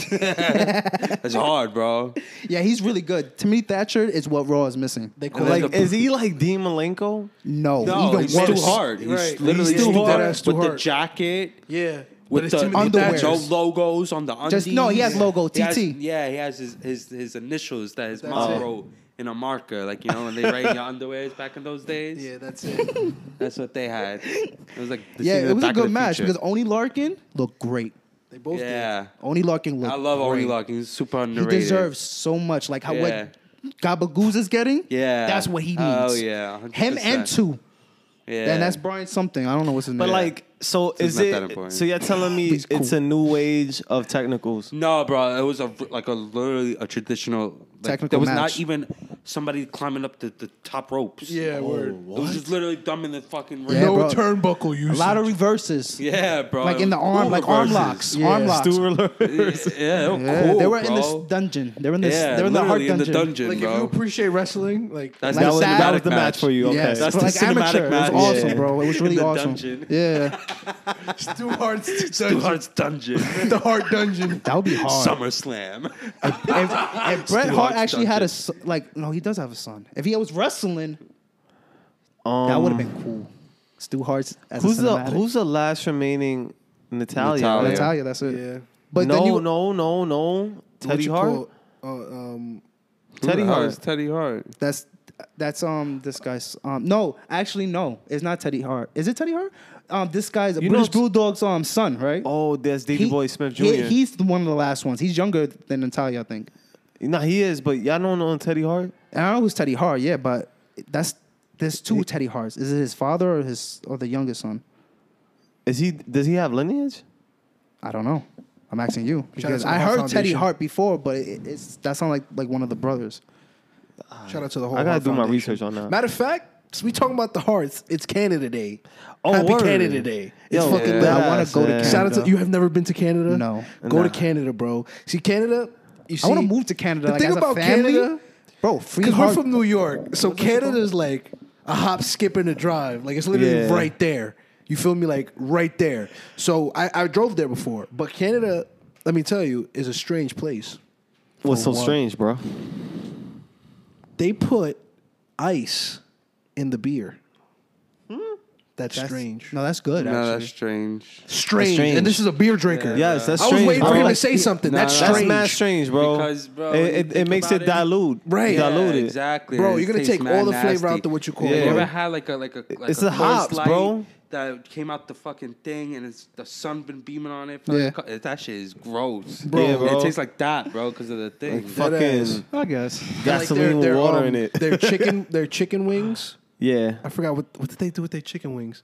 That's hard, bro. Yeah, he's really good. Timothy Thatcher is what Raw is missing. They call Like, it is he like Dean Malenko? no, No, even he's worse. Stu Hart. He's Right. literally He's Stu Stu Hart. Hart That's Stu with Hart. the jacket. yeah, but With it's the Timothy underwear. Thatcher. no Just- logos on the undies. Just- no, he has logo, He has- TT. yeah, he has his his, his initials that his it. mom wrote in a marker, like you know, and they write your underwears back in those days. Yeah, that's it. That's what they had. It was like the Yeah, scene in the it was a Back to good the match Future. because Oni Larkin looked great. They both did. Yeah. Oni Larkin looked I love Oni great. Larkin. He's super He underrated. deserves so much. Like how Yeah. what Gabagoose is getting. Yeah. that's what he needs. Oh, yeah, 100%. him and two. Yeah. And that's Brian something. I don't know what's his name. But like, so is not that it? important. So you're telling me He's it's cool. a new age of technicals? No, bro, it was a like a literally a traditional like, Technical There was match. not even somebody climbing up the, the top ropes. Yeah, word. it was just literally dumbing the fucking ring. Yeah, no bro. turnbuckle usage. a lot of reverses. Yeah, bro. Like in the arm, like arm locks, Yeah. arm locks. Yeah, they were Yeah, cool, they were in this bro. dungeon. They were in this. Yeah, they were in the heart literally dungeon. in the dungeon, like if you bro. appreciate wrestling, like That's Like that was that- that was the match for you. Okay, Yes, That's but the like cinematic amateur. match. It was awesome, Yeah. bro. It was really The awesome. dungeon. Yeah, Stu Hart's Two dungeon, Hearts Dungeon, the Hart dungeon. that would be hard. SummerSlam. If, if Bret Hart Hart's actually had a dungeon. son, like, no, he does have a son. If he was wrestling, Um, that would have been cool. Stu Hart's as who's a the cinematic. who's the last remaining Natalia? Natalia. right? Natalia? That's it. Yeah. But no, then you, no, no, no. What Teddy you Hart. call- uh, um, Teddy Hart. Teddy Hart. That's that's um this guy's um no actually no it's not Teddy Hart is it Teddy Hart um this guy's a You know British t- Bulldog's um son right Oh, that's Davey He- Boy Smith Jr. he- he's the one of the last ones he's younger than Natalia I think nah, he is, but y'all don't know Teddy Hart. and I know who's Teddy Hart yeah but that's there's two Teddy Harts is it his father or his or the youngest son Is he? Does he have lineage? I don't know I'm asking you Shout out because to the I Hart heard Teddy Foundation. Hart before but it, it's that sounds like like one of the brothers shout out to the whole. I gotta Hart do my Oh, Foundation. research on that. Matter of fact, since we talking about the Hearts, it's Canada Day. Oh, Happy word. Canada Day. It's Yo, fucking yeah. lit. I wanna go Yeah. to Canada. Shout out to you. Have never been to Canada? No. Go to Nah. Canada, bro. See Canada. You see, I want to move to Canada The like thing as a about family Canada, bro free because we're Hart from New York, so Canada's like a hop, skip, and a drive. Like it's literally Yeah. right there. You feel me? Like right there. So I, I drove there before, but Canada, let me tell you, is a strange place. What's so what? strange, bro? They put ice in the beer. That's, Hmm. That's- strange. no that's good No, that's actually strange. strange. strange. And this is a beer drinker. Yes, that's I was strange. waiting bro. for him to Like, say something. Nah, that's nah. That's strange. mad strange, bro. Because, bro, it, when you it, it think makes about it it- dilute, Right. Yeah, Dilute it. Exactly. Bro, and it you're gonna tastes take mad all the flavor nasty. out the what you call Yeah. it. You bro. ever had like a like a like It's a the hops, Coors Light bro. That came out the fucking thing, and it's the sun been beaming on it. For Yeah. yeah. that shit is gross, Bro. Yeah, bro. It tastes like that, bro, because of the thing. Like That ass. fucking I guess Like gasoline with their- water um, in it. Their chicken, their chicken wings. yeah. I forgot what what did they do with their chicken wings.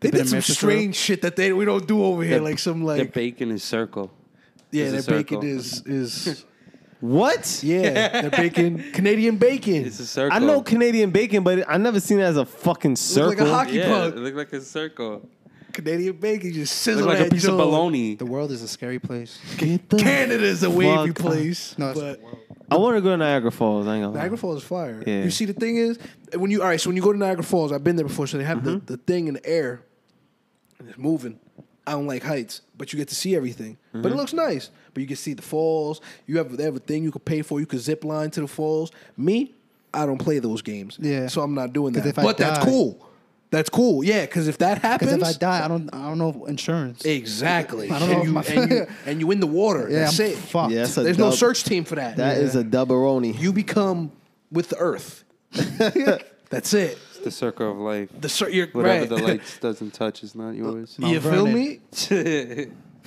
They bit did of some maple syrup? strange shit that they we don't do over here. The- like some the like bacon is circle. yeah, is their a bacon circle. is is What? yeah, their bacon Canadian bacon. It's a circle. I know Canadian bacon, but I never seen it as a fucking Look circle. like a hockey Yeah, it puck. looked like a circle. Canadian bacon just It sizzling looked like a piece of bologna. the world is a scary place Get the- Canada's a wavy Fuck. place. No, it's- but I want to go to Niagara Falls. I ain't gonna lie. Niagara Falls is fire. Yeah. You see, the thing is, when you all right, so when you go to Niagara Falls, I've been there before, so they have Mm-hmm. the, the thing in the air, and it's moving. I don't like heights, but you get to see everything. Mm-hmm. But it looks nice. But you can see the falls. You have they have a thing you can pay for. You can zip line to the falls. Me, I don't play those games. Yeah. so I'm not doing 'Cause that. if I but that's die- cool. That's cool. Yeah, because if that happens, because if I die I don't I don't know insurance exactly. I don't know and, if you, my- and you and you in the water. yeah that's I'm it. fucked Yeah, that's a There's no dub- search team for that. That is a douberoni. you become with the earth. That's it. It's the circle of life. The cer- you're Whatever right. the lights doesn't touch is not yours. you feel Vernon. me?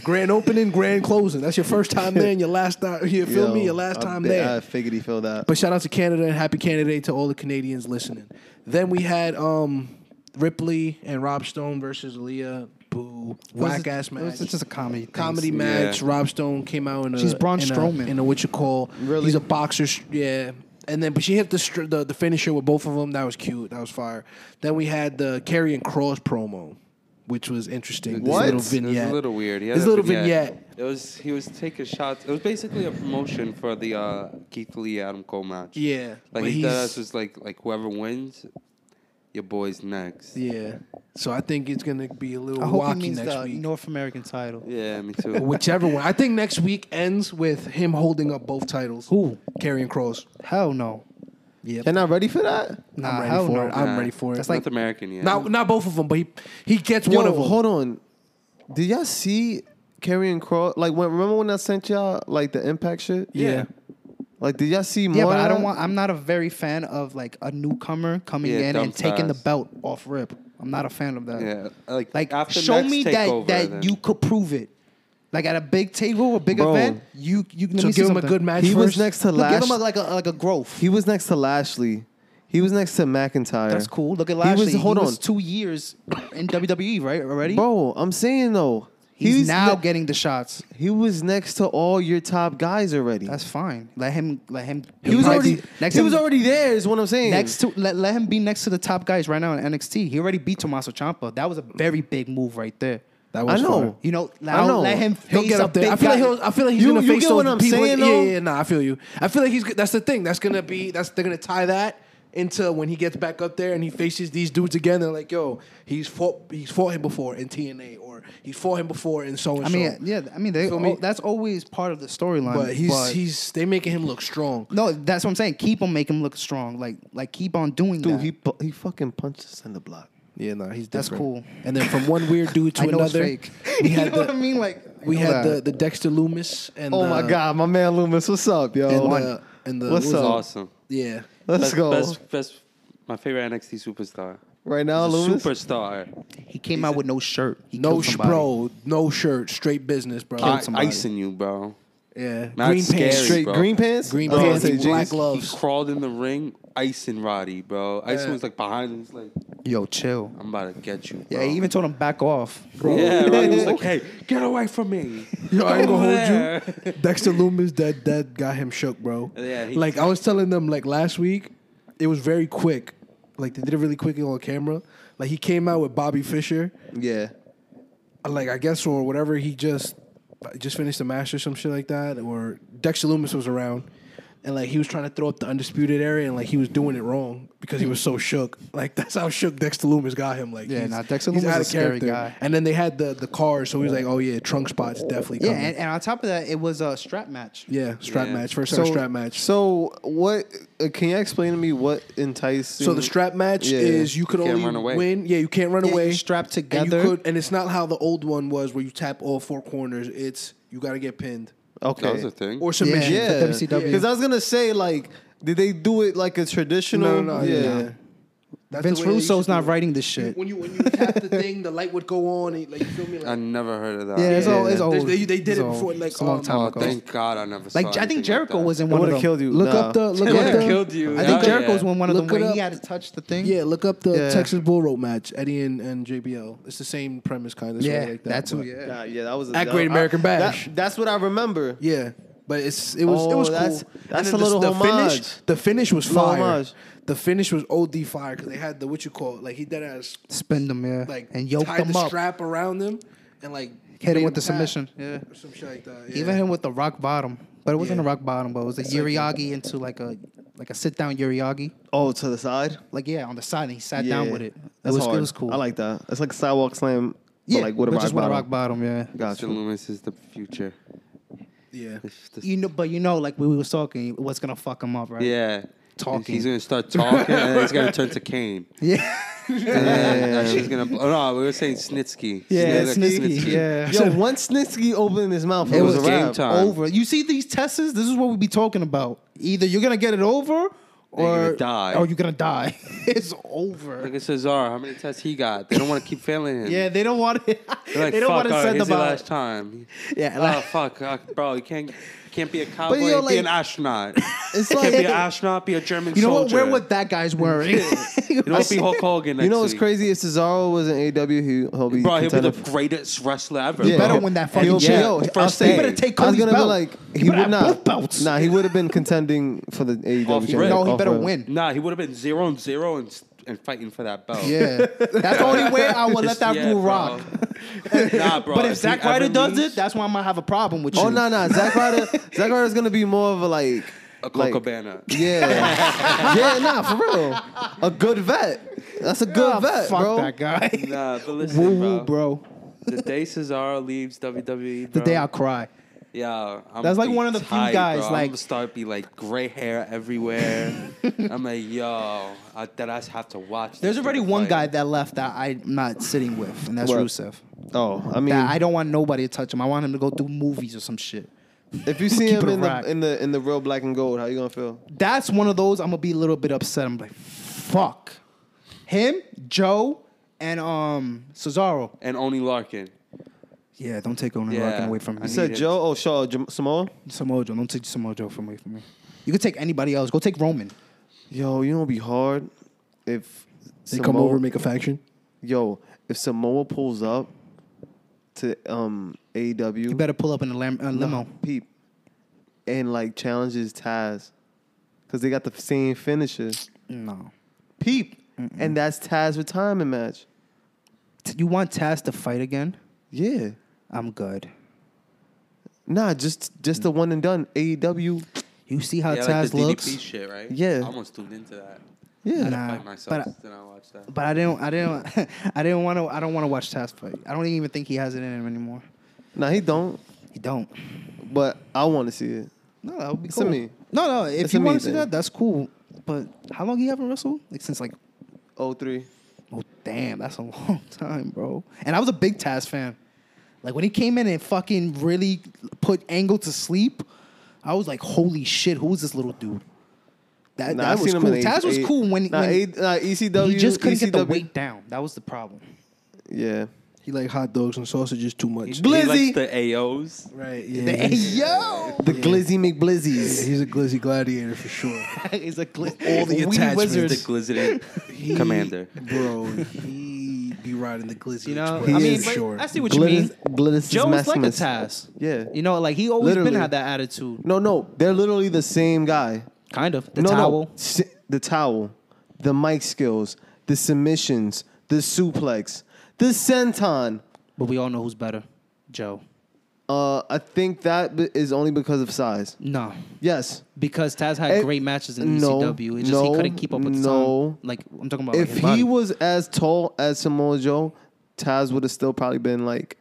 grand opening, grand closing. That's your first time there and your last time. You feel me? Your last time there. figured he felt that. but shout out to Canada and happy Canada Day to all the Canadians listening. Then we had um, Ripley and Rob Stone versus Leah. Boo. Whack ass It was match. just a comedy. thing. Comedy match. Rob Stone came out in a. She's Braun in a- Strowman. in a what you call. Really? He's a boxer. sh- Yeah. And then, but she hit the, str- the the finisher with both of them. That was cute. That was fire. Then we had the Carry and Cross promo, which was interesting. This What? little It was a It was vignette. a little weird. He had This a little vignette. It was he was taking shots. It was basically a promotion for the uh, Keith Lee Adam Cole match. Yeah. like but he he's- does was like like whoever wins, your boy's next. Yeah, Yeah. So I think it's gonna be a little I hope it wacky means next the week. North American title. me too. Whichever one. I think next week ends with him holding up both titles. Who? Carrying Cross. Hell no. Yeah. You're not ready for that? Nah, I'm ready Ah, hell for no. it. I'm ready for it. That's North like- American. Yeah, not not both of them, but he he gets one Yo, of them. hold on. Did y'all see Karrion Cross? Like, when, remember when I sent y'all like the Impact shit? Yeah. Like, did y'all see more? Yeah, but of I don't that? want. I'm not a very fan of like a newcomer coming Yeah, in dumb and taking the size. belt off rip. I'm not a fan of that. yeah, like like after show next me takeover, that that then. you could prove it. Like at a big table, a big Bro. event, you you let So me see give him a something. good match He was first. next to Look, give him a, Lash- like a like a growth. He was next to Lashley. He was next to McIntyre. That's cool. Look at He was- Lashley. He was, hold on. two years in WWE, right? Already, Bro, I'm saying though, he's, now ne- getting the shots. he was next to all your top guys already. That's fine. Let him. Let him. he was next- already Next he him- was already there. Is what I'm saying. Next to let, let him be next to the top guys right now in NXT. He already beat Tommaso Ciampa. That was a very big move right there. That I was know. fire. You know, I now know. let him face He'll get a up there. big I feel like guy. he'll. I feel like he's You- gonna you face get those what I'm people. saying, yeah, though? yeah, yeah, nah, I feel you. I feel like he's. That's the thing. That's gonna be. That's they're gonna tie that into when he gets back up there and he faces these dudes again. They're like, yo, he's fought. He's fought him before in TNA, or he fought him before in so and I so. mean, yeah. I mean, they, Feel me? oh, that's always part of the storyline. but he's he's. They making him look strong. no. That's what I'm saying. Keep on making him look strong. Like like keep on doing dude, that. he pu- he fucking punched us in the block. Yeah, nah, he's That's different. cool. And then from one weird dude to I know it's another, fake. we you had know the what I mean? Like we I know had that. the the Dexter Loomis and Oh the, my god, my man Loomis, what's up, yo? and the, and the What's what was up? it? Awesome. Yeah, Let's Best- go. Best, best, my favorite NXT superstar. right now, Loomis. Superstar. He came out with no shirt. He no killed sh- somebody. bro, no shirt, straight business, bro. I, icing you, bro. Yeah, Not green scary. pants, straight Straight bro. green pants. green I was gonna pants, say, black jeans. gloves. He crawled in the ring, icing Roddy, bro. Icing Yeah. was like behind him. He's like, Yo, chill. I'm about to get you. Yeah, bro. he even told him back off. Yeah, Roddy was like, hey, get away from me. Yo, I ain't Over gonna hold you. Dexter Loomis, that that got him shook, bro. Yeah, he- like I was telling them, like last week, it was very quick. Like they did it really quickly on camera. Like he came out with Bobby Fisher, Yeah. like I guess or whatever. He just just finished the match or some shit like that. Or Dexter Loomis was around, and like he was trying to throw up the undisputed area, and like he was doing it wrong because he was so shook. Like that's how shook Dexter Loomis got him. Like Yeah, he's- nah, Dexter he's Loomis out is of a scary character. guy. And then they had the the car, so he was like, oh yeah, trunk spots definitely. Yeah, coming. and, and on top of that, it was a strap match. Yeah, strap Yeah. match. First ever strap match. So, So what? Uh, can you explain to me what enticed? you- the strap match Yeah. is you could You can't only run away. win. Yeah, you can't run Yeah, away. you're strapped And, together. you could, and it's not how the old one was where you tap all four corners. It's you got to get pinned okay. That was a thing. or submission. Yeah. Yeah, for WCW. Because I was gonna say, like, did they do it like a No, traditional? no, no. yeah. Yeah. That's Vince the way they used to Russo's do not it. writing this shit. When you when you tap the thing, the light would go on. And, like you feel me? I Like, never heard of that. Yeah, it's all it's There's- old. they- they did It's it old. before, like, It's a long um, time Oh, ago. thank God I never saw like I think anything like Jericho that. was in It one of would them. have killed you. look nah. up the look It up would've the killed you. I think Yeah. Jericho's in one of Look them it where he up. had to touch the thing. yeah. Look up the Yeah. Texas Bull Rope match. Eddie and, and JBL. It's the same premise kind of. yeah, like that, that too. but- Yeah, Nah, yeah, that was a, At that- Great I- American that- Bash. that's what I remember. Yeah, but it's it was it Oh, was that's- cool. And that's then a little the, homage. finish, the finish was Little fire. homage. The finish was OD fire because they had the what you call it, like he did as spin them. Yeah, like and yoke tied them the up. strap around him and like Hit made him with the tap submission. Yeah. or some shit like that. Yeah. Even him with the rock bottom, but it wasn't Yeah. a rock bottom, but it was a Yuriagi into like a like a sit down Yuriagi. Oh, to the side. Like yeah, on the side, and he sat Yeah. down with it. It That's was hard. it was cool. I like that. It's like a sidewalk slam. Yeah, yeah, like with a but rock just with a bottom. rock bottom. Yeah, Dexter Loomis is the future. yeah. It's the- you know, but you know, like we was talking, what's gonna fuck him up, right? yeah. Talking. He's gonna start talking, and then he's gonna turn to Kane. yeah, And then she's gonna. Oh, no, we were saying Snitsky. yeah, Snitsky. sneaky, yeah. Yo, once Snitsky opened his mouth, it, It was, was a game wrap. time. over. You see these tests? This is what we be talking about. Either you're gonna get it over, you're or gonna die. or you're gonna die. it's over. Look at Cesar. How many tests he got? They don't want to keep failing him. Yeah, they don't want it. They're like, they don't fuck, want to all right, send here's them your out. last time. Yeah, oh like- fuck, uh, bro, you can't you can't be a cowboy. yo, be an like- astronaut. It's You can't be an like astronaut. Be a German you know what? soldier. Wear what that guy's wearing. You don't be Hulk Hogan. Next you know what's week. crazy? If Cesaro was in AW, he, he'll be Bro, he'll be the contender. greatest wrestler ever. Yeah. better bro. win that fucking He'll be- chair. yo, First I'll say- You better take I was Cody's gonna belt. be like, You he better would have not. both belts. Nah, he would have been contending for the AEW. Off championship. rip. no, he Off better rip. win. Nah, he would have been zero and zero and s- and fighting for that belt. Yeah, that's the only way I would let that Yeah, rule bro. rock. nah, bro. But if he Zack ever Ryder does leaves, it, that's why I'm gonna have a problem with you. Oh no, no, Zack Ryder. Zack Ryder's gonna be more of a like a like- Coco Cabana. Yeah, yeah, nah, for real. A good vet. That's a good Ah, vet, fuck bro. that guy. Nah, but Woo, listen, woo, bro. bro. The day Cesaro leaves WWE, The bro, day I cry. Yeah, I'm That's like be one of the few tight, guys, Bro. like- I'm gonna start be like gray hair everywhere. I'm like, yo, I, that I have to watch. There's this already nigga one fight. guy that left that I'm not sitting with, and that's What? Rusev. Oh, I mean, That I don't want nobody to touch him. I want him to go do movies or some shit. if you see keep him it a in rack. the, in the in the real black and gold, how you gonna feel? That's one of those I'm gonna be a little bit upset. I'm like, fuck. Him, Joe, and um Cesaro. and Oni Larkin. Yeah, don't take Onan Yeah, Larkin away from me. I You said need it. Joe. Oh, Shaw. Jam- Samoa. Samoa Joe. Don't take Samoa Joe from away from me. You could take anybody else. Go take Roman. Yo, you know it'd be hard if They come over, make a faction. Yo, if Samoa pulls up to um AEW, You better pull up in a, lam- uh, a No, limo. peep, and like challenges Taz, because they got the same finisher. No. Peep, and that's Taz retirement match. T- You want Taz to fight again? Yeah, I'm good. nah, just just the one and done E AEW. You see how yeah, like Taz the looks? DDP shit, right? Yeah. I almost tuned into that. Yeah, Nah. By myself, but- then I watched that. But I didn't. I didn't. I didn't want to. I don't want to watch Taz fight. I don't even think he has it in him anymore. nah, he don't. He don't. But I want to see it. No, that would be It's cool. a me. No, no. If It's a you me want to see thing. that, that's cool. But how long he haven't wrestled? Like since like Oh three. Oh damn, that's a long time, bro. And I was a big Taz fan. Like when he came in and fucking really put Angle to sleep, I was like, holy shit, who is this little dude? That, Nah, that I've was seen cool. him in Taz was A- E cool when, nah, when A- nah, E ECW. he just couldn't ECW, get the weight down. That was the problem. E Yeah. He like hot dogs and sausages too much. He likes Glizzy. the AOs. Right? Yeah. Hey, he's, yo, The Glizzy yeah, McBlizzies. he's a glizzy gladiator for sure, it's a glitch. all the Wee attachments. He's wizards. the glistening He- commander. bro. He be riding the glizzy. You know, express I for mean, but sure. I see what you mean. Glittis, Glittis Joe's like a Maximus. Taz. Yeah. You know, like he always Literally. been had that attitude. No, no, they're literally the same guy. Kind of. The no, towel. No. Si- The towel, the mic skills, the submissions, the suplex, the senton. But we all know who's better. Joe. Uh, I think that b- is only because of size. No. Yes. Because Taz had Eh, great matches in no, ECW. It's just no, he couldn't keep up with the no. time. Like I'm talking about. If like, his body. he was as tall as Samoa Joe, Taz would have still probably been like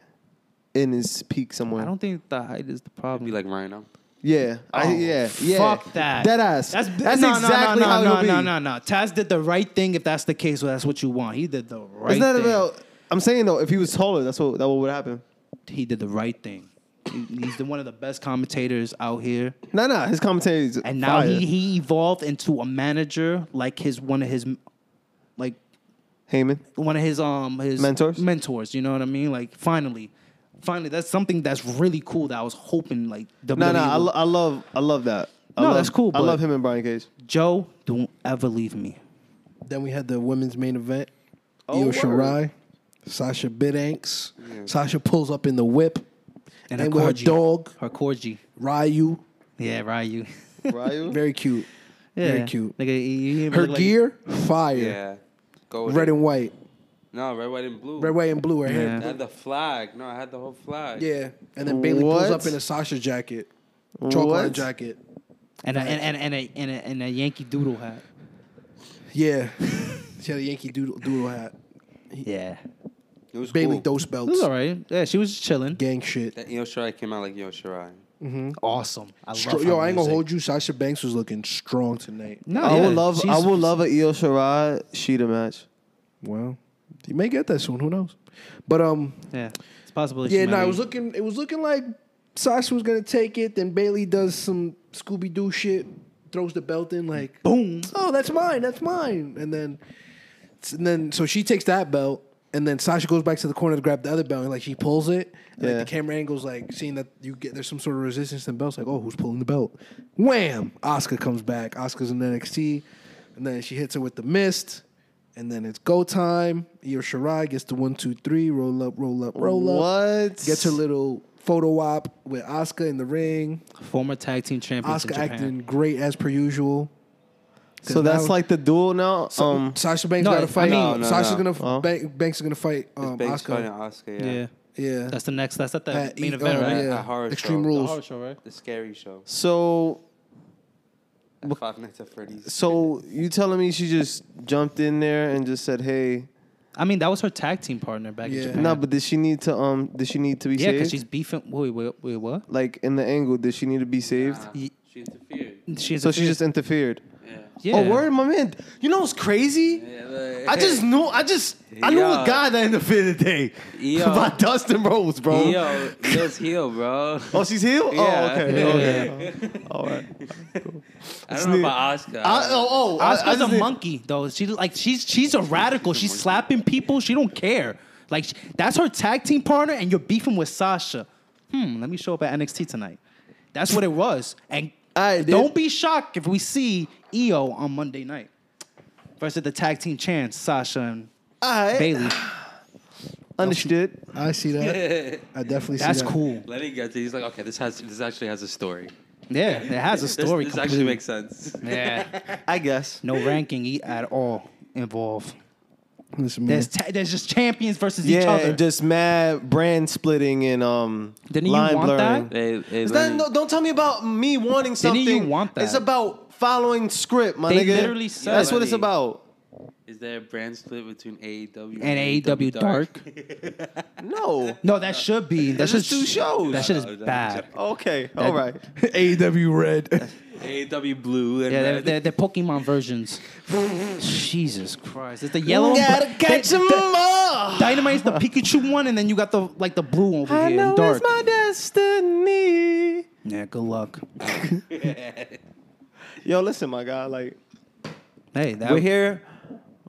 in his peak somewhere. I don't think the height is the problem. Be like Rhino. yeah. I, Oh, yeah. Yeah. Fuck that. Dead ass. That's, That's, that's no, exactly no, no, how no, it'll be. No, no, no. Taz did the right thing. If that's the case, well, that's what you want. He did the right. It's not thing. about. I'm saying though, if he was taller, that's what that what would happen. He did the right thing. He- He's the, one of the best commentators out here. Nah, nah. His commentary is And now fire. he, he evolved into a manager, like his one of his, like Heyman. one of his um his Mentors? Mentors. You know what I mean? Like finally, finally, that's something that's really cool that I was hoping like WWE. No, no, I, would- lo- I love, I love that. I No, love- that's cool, I but- love him and Brian Cage. Joe, don't ever leave me. Then we had the women's main event. Oh, Io word. Shirai, Sasha Bidanks. Sasha pulls up in the whip and, her with her corgi. dog Her Corgi. Ryu. Yeah, Ryu. Ryu. Very cute. Yeah. Very cute. Like, he- he Her look like- gear, fire. Yeah. Golden. Red and white. no, red, white, and blue. Red, white, and blue. Her hair. Yeah. I had the flag. No, I had the whole flag. Yeah. And then Bailey pulls What? up in a Sasha jacket. Chalk What? line jacket. and a, and, and, and, a, and, a, and a Yankee Doodle hat. Yeah. she had a Yankee doodle, doodle hat. Yeah, It was Bailey cool. dose it belts. was all right. Yeah, she was just chilling. Gang shit. That Io Shirai came out like Io Shirai. Awesome. I love Stro- her Yo, I ain't gonna music. hold you. Sasha Banks was looking strong tonight. No, I yeah, would love, I she's- would love a Io Shirai Sheeta match. Well, you may get that soon. Who knows? But um, Yeah, it's possible. yeah, no, it was looking. It was looking like Sasha was gonna take it. Then Bailey does some Scooby Doo shit, throws the belt in like, boom. oh, that's mine, that's mine. And then, and then so she takes that belt. And then Sasha goes back to the corner to grab the other belt, and like she pulls it, and Yeah. like, the camera angles like seeing that you get there's some sort of resistance to the belts, like oh who's pulling the belt? Wham! Oscar comes back. Oscar's in NXT, and then she hits her with the mist, and then it's go time. Io Shirai gets the one two three, roll up, roll up, roll up What? gets her little photo op with Oscar in the ring. Former tag team champions Oscar in Japan. acting great as per usual. so that's now- like the duel now. um, Sasha Banks no, got to I fight. mean- No, no, Sasha's no. gonna Oh. Ban- Banks is gonna fight um, Banks Oscar. fighting Oscar. Yeah. Yeah. Yeah, that's the next. That's at the At main E- event, oh, right? yeah. At Horror Extreme Show. Rules. show, right? The scary show. so, At Five Nights at Freddy's. so you telling me she just jumped in there and just said, "Hey, I mean, that was her tag team partner back Yeah. in Japan. no, but did she need to um, did she need to be yeah, saved? because she's beefing. Wait, wait, wait, what? like in the angle, did she need to be saved? Nah, Ye- she interfered. She's So she just interfered. Yeah. yeah. Oh, word, my man. You know what's crazy? Yeah, like- I just knew. I just. I knew Yo. a guy that interfered today. Yo. By Dustin Rose, bro. Io, Io's heel, bro. Oh, she's healed. Yeah. Oh, okay. okay. All right. I don't know about Oscar. I, oh, oh. I- I Oscar's just a did- monkey though. She like she's she's a radical. She's slapping people. She don't care. Like sh- that's her tag team partner, and you're beefing with Sasha. Hmm. Let me show up at NXT tonight. That's what it was. And All right, don't dude. be shocked if we see Io on Monday night versus the tag team champs Sasha and Bailey. Understood. I see that. I definitely see That's that. cool. Lenny gets it. He's like, okay, this has this actually has a story. Yeah, it has a This- story. This, completely. actually makes sense. yeah. I guess. No ranking e- at all involved. Listen, man. There's ta- there's just champions versus each Yeah, other. and just mad brand splitting and um Didn't you line want blurring. that? Hey, hey, It's not, Lenny, no, don't tell me about me wanting Didn't something. you want that? It's about following script, my They nigga. literally said That's that. what it's about. Is there a brand split between E AEW and AEW Dark. No. No, that should be. That That's should just two shows. That shit is No, no, bad. E Okay. All right. AEW Red. AEW E Blue? And Yeah, they're, Red? they're, they're Pokemon versions. Jesus Christ! It's the yellow. and Gotta bla- catch the- 'em the- all. Dynamite's the Pikachu one, and then you got the like the blue one over I here. know in dark. it's my destiny. yeah, good luck. Yo, listen, my guy. Like Hey, that we're here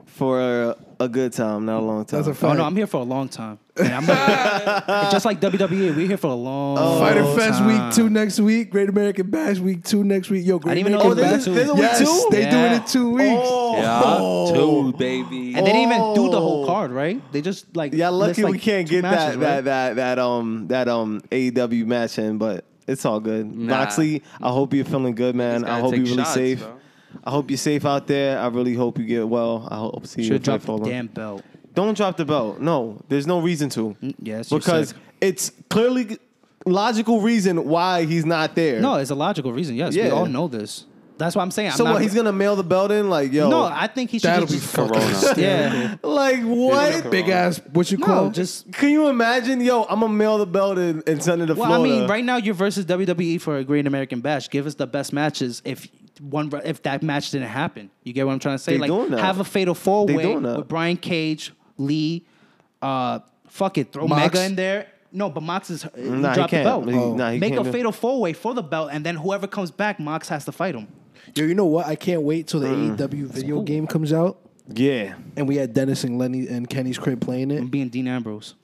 for a, a good time, not a long time. That's a Oh fact. no, I'm here for a long time. Man, I'm not- just like WWE, we're here for a long. Oh. Fighter Fest time. week two next week. Great American Bash week two next week. Yo, Great didn't even know American they Bash. did that too. yes, Yes, they doing Yeah. it two weeks. Oh. yeah, Oh. two baby. And they didn't even do the whole Oh. card, right? They just like Yeah, list, lucky we like, can't two get matches, that, right? that that that um that um AEW match in, but it's all good. Moxley, I hope you're feeling good, man. Just I gotta hope take you're really shots, safe. bro. I hope you're safe out there. I really hope you get well. I hope see you. Should in drop the Fallon. damn belt. Don't drop the belt. No, there's no reason to. yes, you because said. it's clearly logical reason why he's not there. No, it's a logical reason. Yes, we Yeah. all know this. That's what I'm saying. I'm so not, what? He's gonna mail the belt in, like yo. No, I think he should That'll be just fucking Corona. yeah. like what? big ass. What you call? No, just Can you imagine? Yo, I'm gonna mail the belt in and send it to well, I Florida. mean, right now you're versus WWE for a Great American Bash. Give us the best matches. If one, if that match didn't happen, you get what I'm trying to say. They like, doing that. have a fatal four They way doing that. with Brian Cage, Lee, uh, fuck it, throw Mox? Mega in there. No, but Mox is he Nah, he dropped the can't. belt. He- Oh. nah, he Make can't a do- fatal four way for the belt, and then whoever comes back, Mox has to fight him. Yo, you know what? I can't wait till the AEW video game comes out yeah. and we had Dennis and Lenny and Kenny's crib playing it. I'm being Dean Ambrose.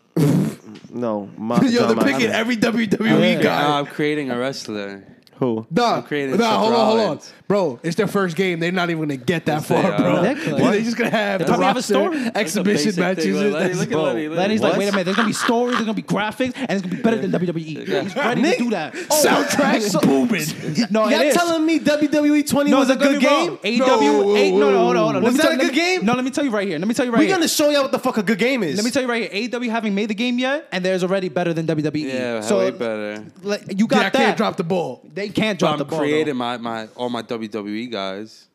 No, my, Yo, they're John Moxley. picking every WWE Yeah, guy. now I'm creating a wrestler. Who? Nah, I'm creating nah, hold Seth on, hold on, Rollins. bro. It's their first game. They're not even gonna get that Yes, they far, are. bro. They They're, could. just gonna have the probably have a roster, story. It's a exhibition basic thing, matches. but Lenny, That's- look at bro. Lenny, Lenny. Lenny's like, What? wait a minute, there's gonna be stories, there's gonna be graphics, and it's gonna be better than WWE. He's ready to do that. Oh, Soundtrack booming. no, it Y'all is. telling me E WWE 20 was a don't get good me wrong. game? AEW, no, no, no, hold on, hold on. Let Was me that tell- a let good me- game? No, let me tell you right here. Let me tell you right We're here. gonna show y'all what the fuck a good game is. let me tell you right here. AEW haven't made the game yet, and there's already better than WWE. Yeah, so way better. Like, you Yeah, got I that. can't drop the ball. they can't But drop I'm the ball. though. creating my, my all my WWE guys.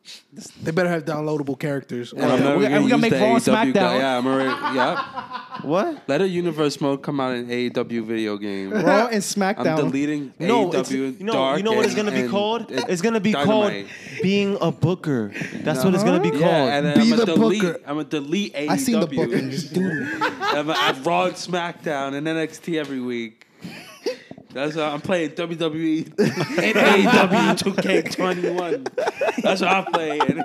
They better have downloadable characters. And I'm never we- we gonna use make the Raw and AEW guy. SmackDown. Yeah, I'm already. Yeah. what? Let a universe mode come out in AEW video game. Raw and I'm SmackDown. deleting No, it's, AEW. no, Dark you know what it's and- gonna be and- called? and It's gonna be Dynamite. Uh-huh. called being a booker. That's what it's gonna be called. Yeah, and then Be I'm the gonna delete. booker. I'm gonna delete E AEW. I seen the booking. Just do I'm, I'm Raw and SmackDown and NXT every week. That's why I'm playing WWE and E AEW 2K21. That's what I'm playing.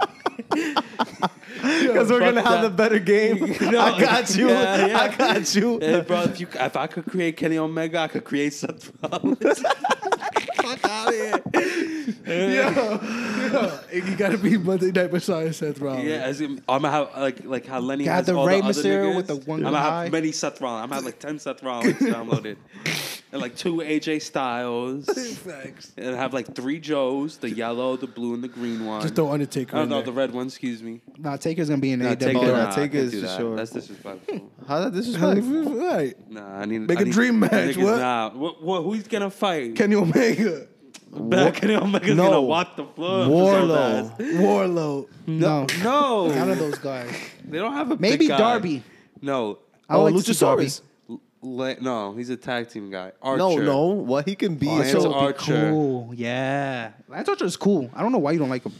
Because we're gonna fuck have that. the better game. I got you. Yeah, yeah. I got you. Hey, bro, if, you, if I could create Kenny Omega, I could create Seth Rollins. Fuck out of here. You gotta be Monday Night Messiah Seth Rollins. Yeah, as in, I'm gonna have like like how Lenny Got has the all Rey the other Mysterio niggas. with the one I'm gonna eye. have many Seth Rollins. I'm gonna have like ten Seth Rollins downloaded, and like two AJ Styles, Facts. and have like three Joes: the yellow, the blue, and the green one. Just throw Undertaker. Oh in no, there. the red one. Excuse me. Nah, Taker's gonna be in AEW. Taker. it. nah, I take can't it do for that. sure. That's disrespectful. How's that disrespectful? All right. Nah, I need Make I a need- dream match, niggas, what? Nah, what, what? Who's gonna fight? Kenny Omega, Back Kenny Omega's No. gonna walk the floor. Warlow. Warlow. No, none No, of those guys. they don't have a big Maybe guy. Darby. No, I would Oh, like to see Darby. Luchasaurus. Le- no, he's a tag team guy. Archer. No, no. What he can be. Lance so- Oh, Archer. Cool. Yeah. Lance Archer is cool. I don't know why you don't like him.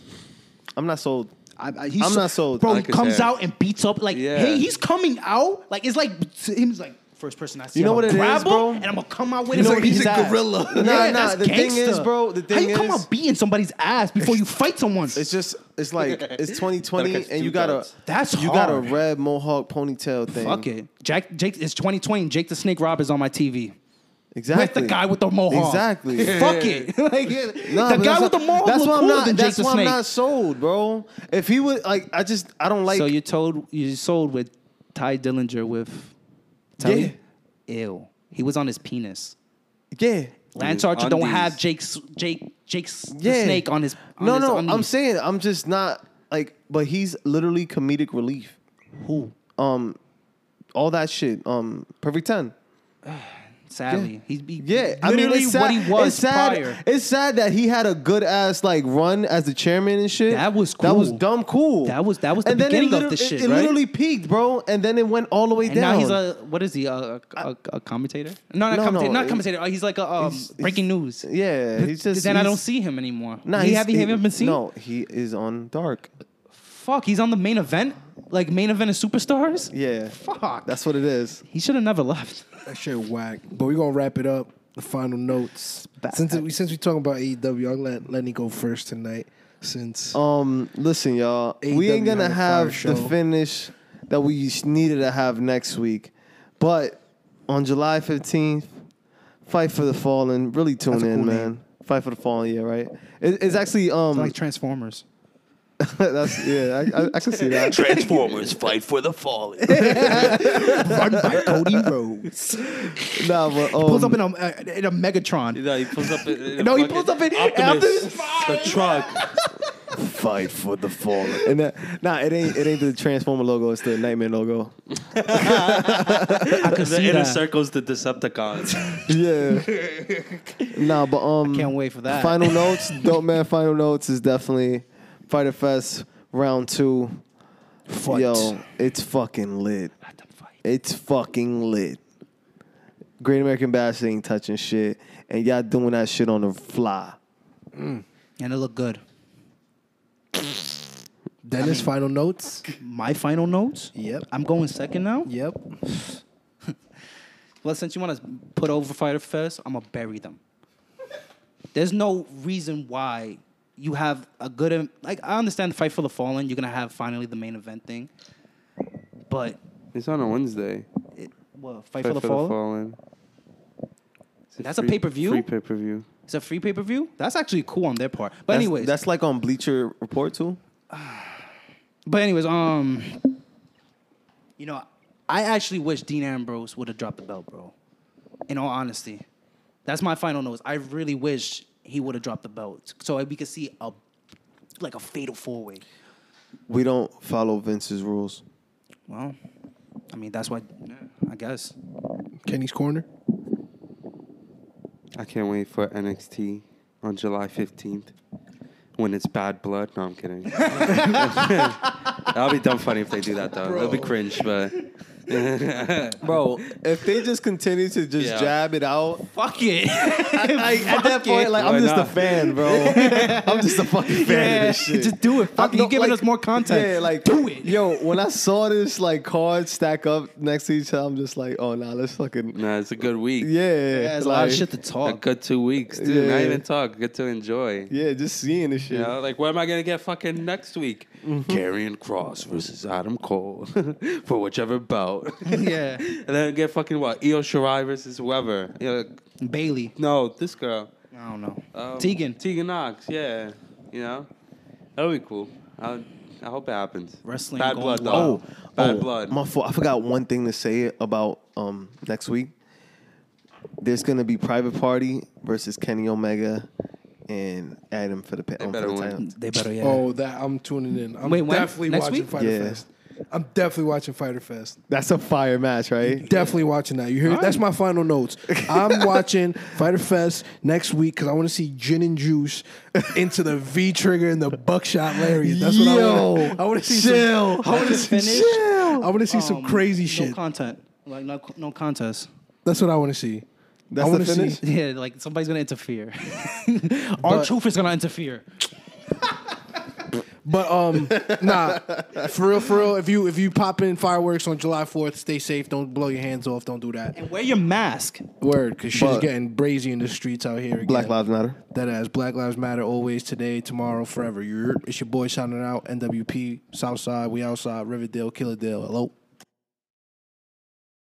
I'm not sold. I, I, he's I'm so- not sold. Bro, I he could comes tell. out and beats up like Yeah. hey, he's coming out like it's like him's like first person I see. You know I'ma what it grab is, bro? him, And I'm gonna come out with You him. know what somebody's he's a ass. gorilla. Nah, yeah, nah, that's the thing gangsta. is, bro, the How thing you come is- out beating somebody's ass before you fight someone? It's just it's like it's 2020 Gotta catch and you two got a guards. That's you got a hard. red mohawk ponytail thing. Fuck it. Jack, Jake, it's 2020. and Jake the Snake Roberts on my TV. Exactly. With the guy with the mohawk. Exactly. Fuck it. like, Nah, but the guy that's with the why- mohawk That's look why I'm cooler not. than Jake that's the why I'm Snake. not sold, bro. If he would like, I just I don't like. so you told you sold with Ty Dillinger with Telly? Ew. He was on his penis. yeah. Lance Archer don't undies. have Jake's Jake Jake's the Yeah. snake on his. On no, his no. undies. I'm saying I'm just not like. But he's literally comedic relief. who? Um, all that shit. Um, perfect ten. Sadly, he's he, Yeah, I mean, literally it's sad, what he was it's sad, prior. It's sad that he had a good ass like run as the chairman and shit. That was That was cool. dumb cool. That was- that was the and then it beginning of literally- the shit, It, it right? literally peaked, bro, and then it went all the way And down. now he's a what is he a a, a, a commentator? No, not No, commentator. no, not it- commentator. uh, He's like a um, he's- breaking news. yeah, he's just. then I don't he's- see him anymore. Nah, he he's- haven't, he- haven't been seen. No, he is on dark. fuck. He's on the main event, like main event of superstars. Yeah, Fuck. that's what it is. he should have never left. That shit whack. But we're gonna wrap it up. The final notes. Bad. Since we since we talking about AEW, I'll let Lenny go first tonight. Since Um, listen, y'all, we AEW ain't gonna had a have fire the show. finish that we s- needed to have next week, but on July fifteenth, fight for the fallen. Really tune That's a in, cool man. name. Fight for the fallen, yeah, right. It, it's actually um, Like Transformers. that's yeah, I, I, I can see that. Transformers fight for the fallen. Run by Cody Rhodes. nah, but um, Pulls up in a, uh, in a Megatron. No, he pulls up. In, in a No, he fucking pulls up in Optimus, Optimus the truck. fight for the fallen. And that, nah, it ain't it ain't the Transformer logo. It's the Nightmare logo. I could The see inner that. circle's the Decepticons. Yeah. nah, but um, Can't wait for that. Final notes, dope man. Final notes is definitely Fighter Fest round two. fight. Yo, it's fucking lit. It's fucking lit. Great American Bash ain't touching shit, and y'all doing that shit on the fly. and it looked good. Dennis, final notes. My final notes. Yep. I'm going second now. Yep. Well, since you want to put over Fighter Fest, I'm gonna bury them. There's no reason why you have a good like I understand Fight for the Fallen. You're gonna have finally the main event thing, but It's on a Wednesday. it, well, Fight, for the Fallen. Fallen. It's That's a free- pay-per-view? Free pay per view. It's a free pay per view. That's actually cool on their part. But That's- anyways, that's like on Bleacher Report too. but anyways, um, you know, I actually wish Dean Ambrose would have dropped the belt, bro. In all honesty, that's my final notes. I really wish he would have dropped the belt so we could see a like a fatal four way. We don't follow Vince's rules. Well, I mean, that's why I guess. Kenny's corner. I can't wait for NXT on July 15th when it's Bad Blood. No, I'm kidding. That'll be dumb funny if they do that, though. It'll be cringe, but. Bro, if they just continue to just Yeah. jab it out, Fuck it. like, at that point, like Why I'm just not? a fan, bro. I'm just a fucking fan of this Yeah, shit. just do it. I Fuck it. know, You're giving like- us more content. Yeah, like do it. Yo, when I saw this like card stack up next to each other, I'm just like, oh nah, let's fucking Nah, it's a good week. yeah. Yeah, there's a like, lot of shit to A talk. good two weeks, dude. Not Yeah. even talk. Good to enjoy. Yeah, just seeing this shit. You know, like, what am I gonna get fucking next week? Karrion Cross versus Adam Cole for whichever belt, and yeah, then get fucking what? Io Shirai versus whoever. You know, like, Bailey. no, this girl. I don't know. Um, Tegan. Tegan Knox. Yeah, you know, that'll be cool. I, I hope it happens. Wrestling Bad going blood well. Oh, though. Bad blood. Oh, My fault. I forgot one thing to say about um next week. There's gonna be Private Party versus Kenny Omega and Adam for the, pa- um, for better the win. title. They better yeah. Oh, that I'm tuning in. I'm Wait, when? definitely Next watching week? Fighter Yeah. Fest. I'm definitely watching Fighter Fest. That's a fire match, right? Definitely watching that. You hear? That's my final notes. I'm watching Fighter Fest next week because I want to see Gin and Juice into the V trigger and the Buckshot Larry. That's what I Yo, want. I want to see chill. Some, I want to see Finish? chill. I want to see some Um, crazy no shit. content. Like no, no contest. That's what I want to see. That's I the want to finish? see. Yeah, like somebody's gonna interfere. Our truth is gonna interfere. But um, nah, for real, for real. If you if you pop in fireworks on July Fourth, stay safe. Don't blow your hands off. Don't do that. And wear your mask. Word, because shit's But- getting brazy in the streets out here. Again. Black Lives Matter. That ass. Black Lives Matter always, today, tomorrow, forever. You're, it's your boy signing out. NWP, Southside, we outside. Riverdale, Killerdale. Hello.